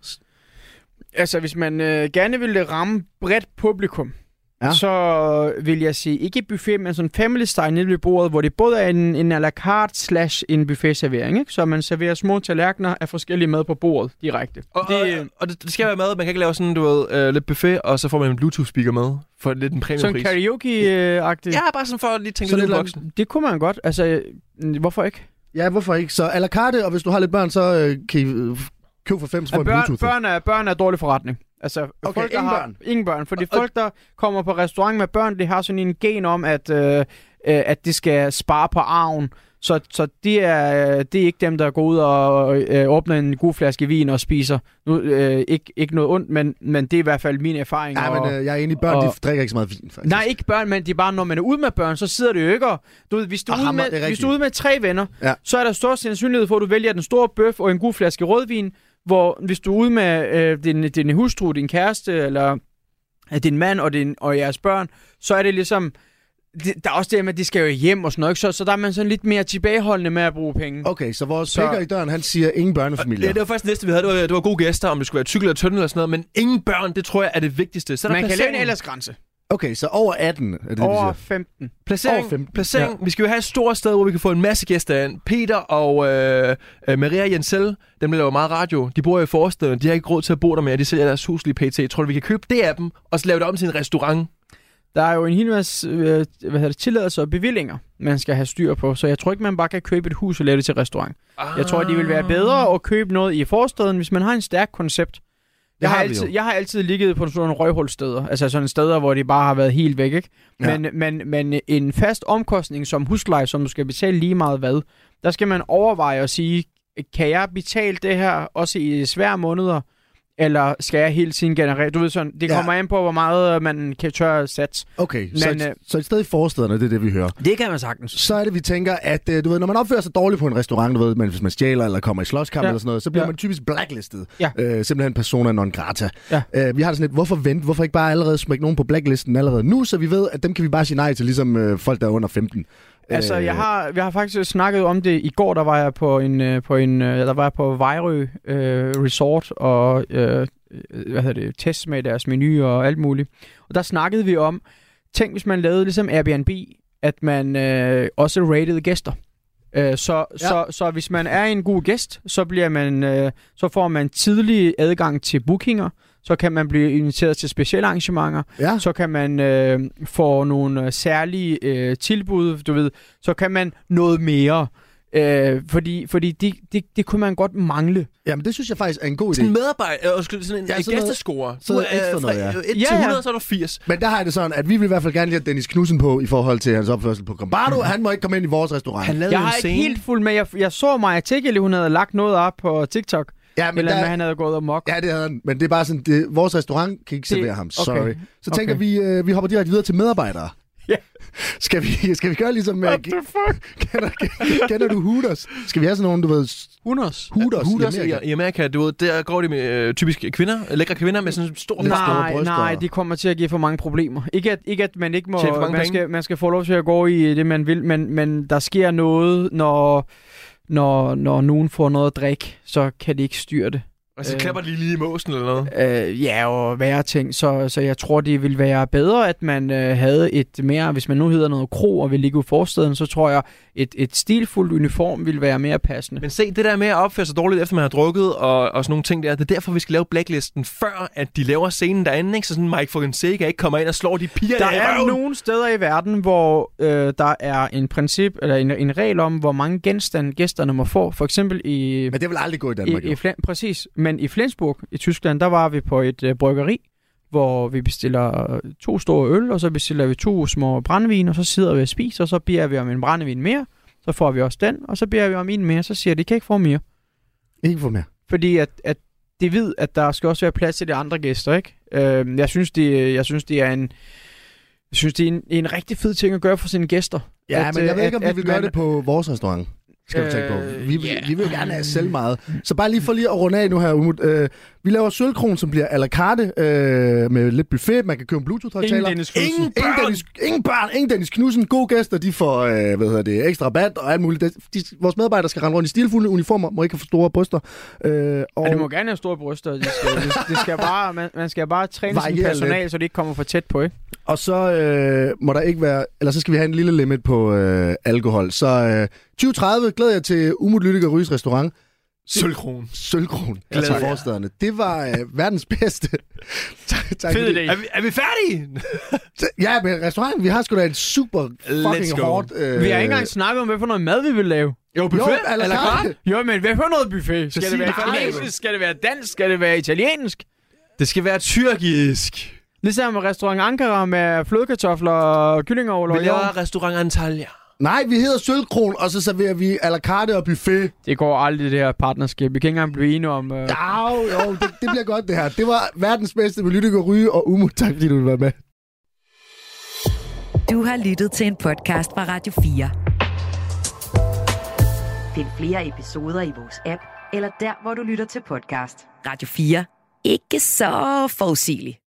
[SPEAKER 5] Altså, hvis man øh, gerne ville ramme bredt publikum,
[SPEAKER 3] Ja.
[SPEAKER 5] ja. så vil jeg sige, ikke buffet, men sådan family style nede ved bordet, hvor det både er en, en à la carte slash en buffetservering, ikke? Så man serverer små tallerkener af forskellige mad på bordet direkte.
[SPEAKER 4] Og, det,
[SPEAKER 5] det, øh,
[SPEAKER 4] og, og det, det skal være mad. Man kan ikke lave sådan, du ved, øh, lidt buffet, og så får man en Bluetooth-speaker med for lidt en
[SPEAKER 5] sådan
[SPEAKER 4] premiumpris.
[SPEAKER 5] karaoke-agtigt. Øhm,
[SPEAKER 4] Ja, bare sådan for at lige tænke
[SPEAKER 3] Sådan
[SPEAKER 4] lidt ud
[SPEAKER 3] et
[SPEAKER 4] af
[SPEAKER 3] eller
[SPEAKER 4] boksen.
[SPEAKER 5] Det kunne man godt. Altså, øh, hvorfor ikke?
[SPEAKER 3] Ja, hvorfor ikke? Så à la carte, og hvis du har lidt børn, så øh, kan I øh, købe for fem, så får
[SPEAKER 5] At
[SPEAKER 3] en
[SPEAKER 5] børn,
[SPEAKER 3] Bluetooth.
[SPEAKER 5] børn, er, børn er dårlig forretning. Altså,
[SPEAKER 3] Okay,
[SPEAKER 5] folk, der
[SPEAKER 3] ingen
[SPEAKER 5] har,
[SPEAKER 3] børn.
[SPEAKER 5] Ingen børn. Fordi
[SPEAKER 4] Og-
[SPEAKER 5] folk, der kommer på restaurant med børn, de har sådan en gen om, at, øh, øh, at de skal spare på arven. Så, så det, er, øh, det er ikke dem, der går ud og øh, åbner en god flaske vin og spiser. Nu, øh, ikke, ikke noget ondt, men, men det er i hvert fald min erfaring.
[SPEAKER 3] Ja,
[SPEAKER 5] og-
[SPEAKER 3] men øh, jeg er enig, børn de
[SPEAKER 5] og-
[SPEAKER 3] drikker ikke så meget vin, faktisk.
[SPEAKER 5] Nej, ikke børn, men det er bare, når man er ude med børn, så sidder det jo ikke og... Du ved, hvis du,
[SPEAKER 3] Og
[SPEAKER 5] er ude,
[SPEAKER 3] hammer,
[SPEAKER 5] med,
[SPEAKER 3] det er
[SPEAKER 5] hvis
[SPEAKER 3] rigtigt.
[SPEAKER 5] du er ude med tre venner,
[SPEAKER 3] Ja.
[SPEAKER 5] ja. så er der stor sandsynlighed for, at du vælger den store bøf og en god flaske rødvin, hvor hvis du er ude med øh, din, din hustru, din kæreste, eller øh, din mand og, din, og jeres børn, så er det ligesom... Det, der er også det med, at de skal jo hjem og sådan noget, ikke? Så, så der er man sådan lidt mere tilbageholdende med at bruge penge.
[SPEAKER 3] Okay, så vores så...
[SPEAKER 5] Så-
[SPEAKER 3] pikker i døren, han siger ingen
[SPEAKER 4] Ja,
[SPEAKER 3] børnefamilier.
[SPEAKER 4] det var faktisk det næste, vi havde. Det var, det var gode gæster, om det skulle være tyk eller tynd eller sådan noget. Men ingen børn, det tror jeg er det vigtigste. Så er der
[SPEAKER 5] Man kan lave en
[SPEAKER 4] placeringen.
[SPEAKER 5] aldersgrænse.
[SPEAKER 3] Okay, så over 18 er det, det, vi
[SPEAKER 5] Over
[SPEAKER 3] siger.
[SPEAKER 5] 15.
[SPEAKER 4] Placering,
[SPEAKER 3] Over 15,
[SPEAKER 4] placering. Ja. Vi skal jo have et stort sted, hvor vi kan få en masse gæster ind. Peter og øh, øh, Maria Jensel, dem der laver meget radio, de bor jo i forstederne. De har ikke råd til at bo der mere. De sælger deres hus lige pt. Tror du, vi kan købe det af dem, og så lave det om til en restaurant?
[SPEAKER 5] Der er jo en hel masse øh, hvad hedder det, tilladelser og bevillinger, man skal have styr på, så jeg tror ikke, man bare kan købe et hus og lave det til restaurant. Ah. Jeg tror, det vil være bedre at købe noget i forstaden, hvis man har en stærk koncept. Jeg har,
[SPEAKER 3] har vi
[SPEAKER 5] altid,
[SPEAKER 3] jo.
[SPEAKER 5] jeg har altid ligget på sådan nogle røvhulsteder, altså sådan steder, hvor de bare har været helt væk, ikke?
[SPEAKER 3] Ja.
[SPEAKER 5] Men, men, men en fast omkostning som husleje, som du skal betale lige meget hvad, der skal man overveje at sige, kan jeg betale det her også i svære måneder, eller skal jeg hele tiden generere? Du ved sådan, det
[SPEAKER 3] Ja.
[SPEAKER 5] kommer an på, hvor meget øh, man kan tør sats.
[SPEAKER 3] Okay, så,
[SPEAKER 5] Men,
[SPEAKER 3] et,
[SPEAKER 5] øh,
[SPEAKER 3] så et sted i forstederne, det er det, vi hører.
[SPEAKER 5] Det kan man sagtens.
[SPEAKER 3] Så er det, vi tænker, at øh, du ved, når man opfører sig dårligt på en restaurant, du ved, men hvis man stjæler eller kommer i slåskamp ja.
[SPEAKER 5] Ja.
[SPEAKER 3] eller sådan noget, så bliver ja.
[SPEAKER 5] Ja.
[SPEAKER 3] man typisk blacklistet.
[SPEAKER 5] Ja.
[SPEAKER 3] Øh, simpelthen persona non grata.
[SPEAKER 5] Ja.
[SPEAKER 3] Øh, vi har det sådan lidt, hvorfor vente? Hvorfor ikke bare allerede smække nogen på blacklisten allerede nu, så vi ved, at dem kan vi bare sige nej til, ligesom øh, folk, der er under Øh, 15.
[SPEAKER 5] Altså, jeg har, jeg har faktisk snakket om det i går, der var jeg på en, øh, på en øh, der var jeg på Vejrø øh, Resort og øh, øh, hvad hedder det, test med deres menu og alt muligt. Og der snakkede vi om, tænk hvis man lavede ligesom Airbnb, at man øh, også rated gæster. Øh, så, ja. så, så hvis man er en god gæst, så bliver man, øh, så får man tidlig adgang til bookinger, så kan man blive inviteret til specielle arrangementer,
[SPEAKER 3] Ja.
[SPEAKER 5] så kan man øh, få nogle øh, særlige øh, tilbud, du ved, så kan man noget mere. Øh, fordi fordi det, det, det kunne man godt mangle.
[SPEAKER 3] Jamen, det synes jeg faktisk er en god idé.
[SPEAKER 4] Sådan en medarbejder, øh, undskyld, sådan en,
[SPEAKER 3] Ja,
[SPEAKER 4] ja, en
[SPEAKER 3] sådan noget-
[SPEAKER 4] gæstescore.
[SPEAKER 3] sådan noget
[SPEAKER 4] Du er,
[SPEAKER 3] ekstra noget, ja.
[SPEAKER 4] fra, øh, 1
[SPEAKER 5] Ja,
[SPEAKER 4] til
[SPEAKER 5] ja.
[SPEAKER 4] 100, så er du 80.
[SPEAKER 3] Men der har jeg det sådan, at vi vil i hvert fald gerne lige have Dennis Knudsen på i forhold til hans opførsel på Gombardo. Han må ikke komme ind i vores restaurant.
[SPEAKER 4] Han lavede
[SPEAKER 5] Jeg
[SPEAKER 4] jo
[SPEAKER 5] har
[SPEAKER 4] en
[SPEAKER 5] ikke
[SPEAKER 4] scene.
[SPEAKER 5] helt fuld med, jeg, jeg så Maja Tegel, hun havde lagt noget op på TikTok,
[SPEAKER 3] ja,
[SPEAKER 5] men eller der... han havde gået amok.
[SPEAKER 3] Ja, det havde han. Men det er bare sådan, det, vores restaurant kan ikke
[SPEAKER 5] Det-
[SPEAKER 3] servere ham.
[SPEAKER 5] okay.
[SPEAKER 3] Sorry. Så tænker
[SPEAKER 5] Okay.
[SPEAKER 3] vi, øh, vi hopper direkte videre til medarbejdere.
[SPEAKER 5] Ja.
[SPEAKER 3] Skal vi, skal vi gøre ligesom... Med,
[SPEAKER 5] fuck?
[SPEAKER 3] kender, kender du Hooters? Skal vi have sådan nogle, du ved, s-
[SPEAKER 5] Hunders.
[SPEAKER 3] Hooters,
[SPEAKER 4] Hooters
[SPEAKER 3] i
[SPEAKER 4] i,
[SPEAKER 3] Amerika?
[SPEAKER 4] i Amerika, du ved, der går de med øh, typisk kvinder, lækre kvinder med sådan en stor
[SPEAKER 3] Lidt
[SPEAKER 4] fart.
[SPEAKER 3] store
[SPEAKER 5] Nej,
[SPEAKER 3] bryster.
[SPEAKER 5] nej, det kommer til at give for mange problemer. Ikke at, ikke at man ikke må,
[SPEAKER 4] Tjene for mange
[SPEAKER 5] man,
[SPEAKER 4] penge?
[SPEAKER 5] skal, man skal få lov til at gå i det, man vil, men, men der sker noget, når, når, når nogen får noget at drikke, så kan de ikke styre det.
[SPEAKER 4] Og så
[SPEAKER 5] Øh.
[SPEAKER 4] klapper de lige i måsen eller noget.
[SPEAKER 5] Øh, ja, og værre ting, så, så jeg tror, det ville være bedre, at man øh, havde et mere, hvis man nu hedder noget kro og vil ligge i forstaden, så tror jeg, et, et stilfuldt uniform ville være mere passende.
[SPEAKER 4] Men se, det der med at opføre sig dårligt, efter man har drukket og, og sådan nogle ting der, det er derfor, vi skal lave blacklisten, før at de laver scenen derinde, ikke? Så sådan Mike Fonseca ikke kommer ind og slår de piger
[SPEAKER 5] Der
[SPEAKER 4] i
[SPEAKER 5] er
[SPEAKER 4] røven.
[SPEAKER 5] nogle steder i verden, hvor øh, der er en princip eller en, en regel om, hvor mange genstande gæsterne må få. For eksempel i,
[SPEAKER 3] Men det vil aldrig gå i Danmark,
[SPEAKER 5] i, i
[SPEAKER 3] jo.
[SPEAKER 5] Flen, præcis, men i Flensburg i Tyskland, der var vi på et øh, bryggeri, hvor vi bestiller øh, to store øl, og så bestiller vi to små brændevin, og så sidder vi og spiser, og så beder vi om en brændevin mere, så får vi også den, og så beder vi om en mere, så siger de, "I kan ikke få mere.
[SPEAKER 3] Ikke for mere.
[SPEAKER 5] Fordi at, at de ved, at der skal også være plads til de andre gæster, ikke? Øh, jeg, synes, det, jeg synes, det er en... Jeg synes, det er en, en rigtig fed ting at gøre for sine gæster.
[SPEAKER 3] Ja,
[SPEAKER 5] At,
[SPEAKER 3] men jeg
[SPEAKER 5] øh,
[SPEAKER 3] ved ikke, om
[SPEAKER 5] at-
[SPEAKER 3] vi
[SPEAKER 5] at
[SPEAKER 3] vil gøre
[SPEAKER 5] man-
[SPEAKER 3] det på vores restaurant. skal du tænke på.
[SPEAKER 5] Øh,
[SPEAKER 3] Vi,
[SPEAKER 5] ja.
[SPEAKER 3] yeah. vi vil jo gerne have selv meget. Så bare lige for lige at runde af nu her, Umut. Øh, vi laver sølvkron, som bliver à la carte øh, med lidt buffet. Man kan købe en Bluetooth-højtaler.
[SPEAKER 5] Ingen Dennis Knudsen.
[SPEAKER 3] Ingen børn! Ingen Dennis, ingen børn! Ingen Dennis Knudsen. Gode gæster, de får øh, hvad hedder det, ekstra rabat og alt muligt. Det- De, vores medarbejdere skal rende rundt i stilfulde uniformer, må ikke have for store bryster. Øh, og
[SPEAKER 5] Ja, det må gerne have store bryster. Det skal, det, det skal bare, man, man skal bare træne sin
[SPEAKER 3] Variere
[SPEAKER 5] personal, så det ikke kommer for tæt på, ikke?
[SPEAKER 3] Og så øh, må der ikke være, eller så skal vi have en lille limit på øh, alkohol. Så øh, 2030 glæder jeg til Umut Lytik og Ryges restaurant.
[SPEAKER 4] Sølvkron.
[SPEAKER 3] Sølvkron
[SPEAKER 4] Glæder
[SPEAKER 3] til
[SPEAKER 4] jeg.
[SPEAKER 3] forstederne. Det var øh, verdens bedste. tak, tak
[SPEAKER 5] Fed
[SPEAKER 3] fordi-
[SPEAKER 5] idé.
[SPEAKER 4] Er vi, er vi færdige?
[SPEAKER 3] Ja, men restauranten, vi har sgu da et super
[SPEAKER 4] Let's
[SPEAKER 3] fucking
[SPEAKER 4] go.
[SPEAKER 3] hårdt... Øh,
[SPEAKER 5] Vi har ikke engang snakket om, hvad for noget mad vi vil lave.
[SPEAKER 4] Jo,
[SPEAKER 3] Jo,
[SPEAKER 4] buffet.
[SPEAKER 3] à la carte.
[SPEAKER 5] Jo, men hvad for noget buffet? Skal
[SPEAKER 4] sig
[SPEAKER 5] det være
[SPEAKER 4] nej.
[SPEAKER 5] kinesisk? Skal det være dansk? Skal det være italiensk?
[SPEAKER 4] Det skal være tyrkisk.
[SPEAKER 5] Ligesom restaurant Ankara med flødekartofler og kyllingeoverlov.
[SPEAKER 4] Vi
[SPEAKER 5] i år.
[SPEAKER 4] laver restaurant Antalya.
[SPEAKER 3] Nej, vi hedder Sølvkron, og så serverer vi à la carte og buffet.
[SPEAKER 5] Det går aldrig, det her partnerskab. Vi kan ikke engang blive enige om... Øh...
[SPEAKER 3] Ja, jo, det, det bliver godt det her. Det var verdens bedste med Lytik og Ryge og Umut. Tak fordi du ville være med.
[SPEAKER 1] Du har lyttet til en podcast fra Radio 4.
[SPEAKER 6] Find flere episoder i vores app, eller der, hvor du lytter til podcast.
[SPEAKER 1] Radio 4. Ikke så forudsigeligt.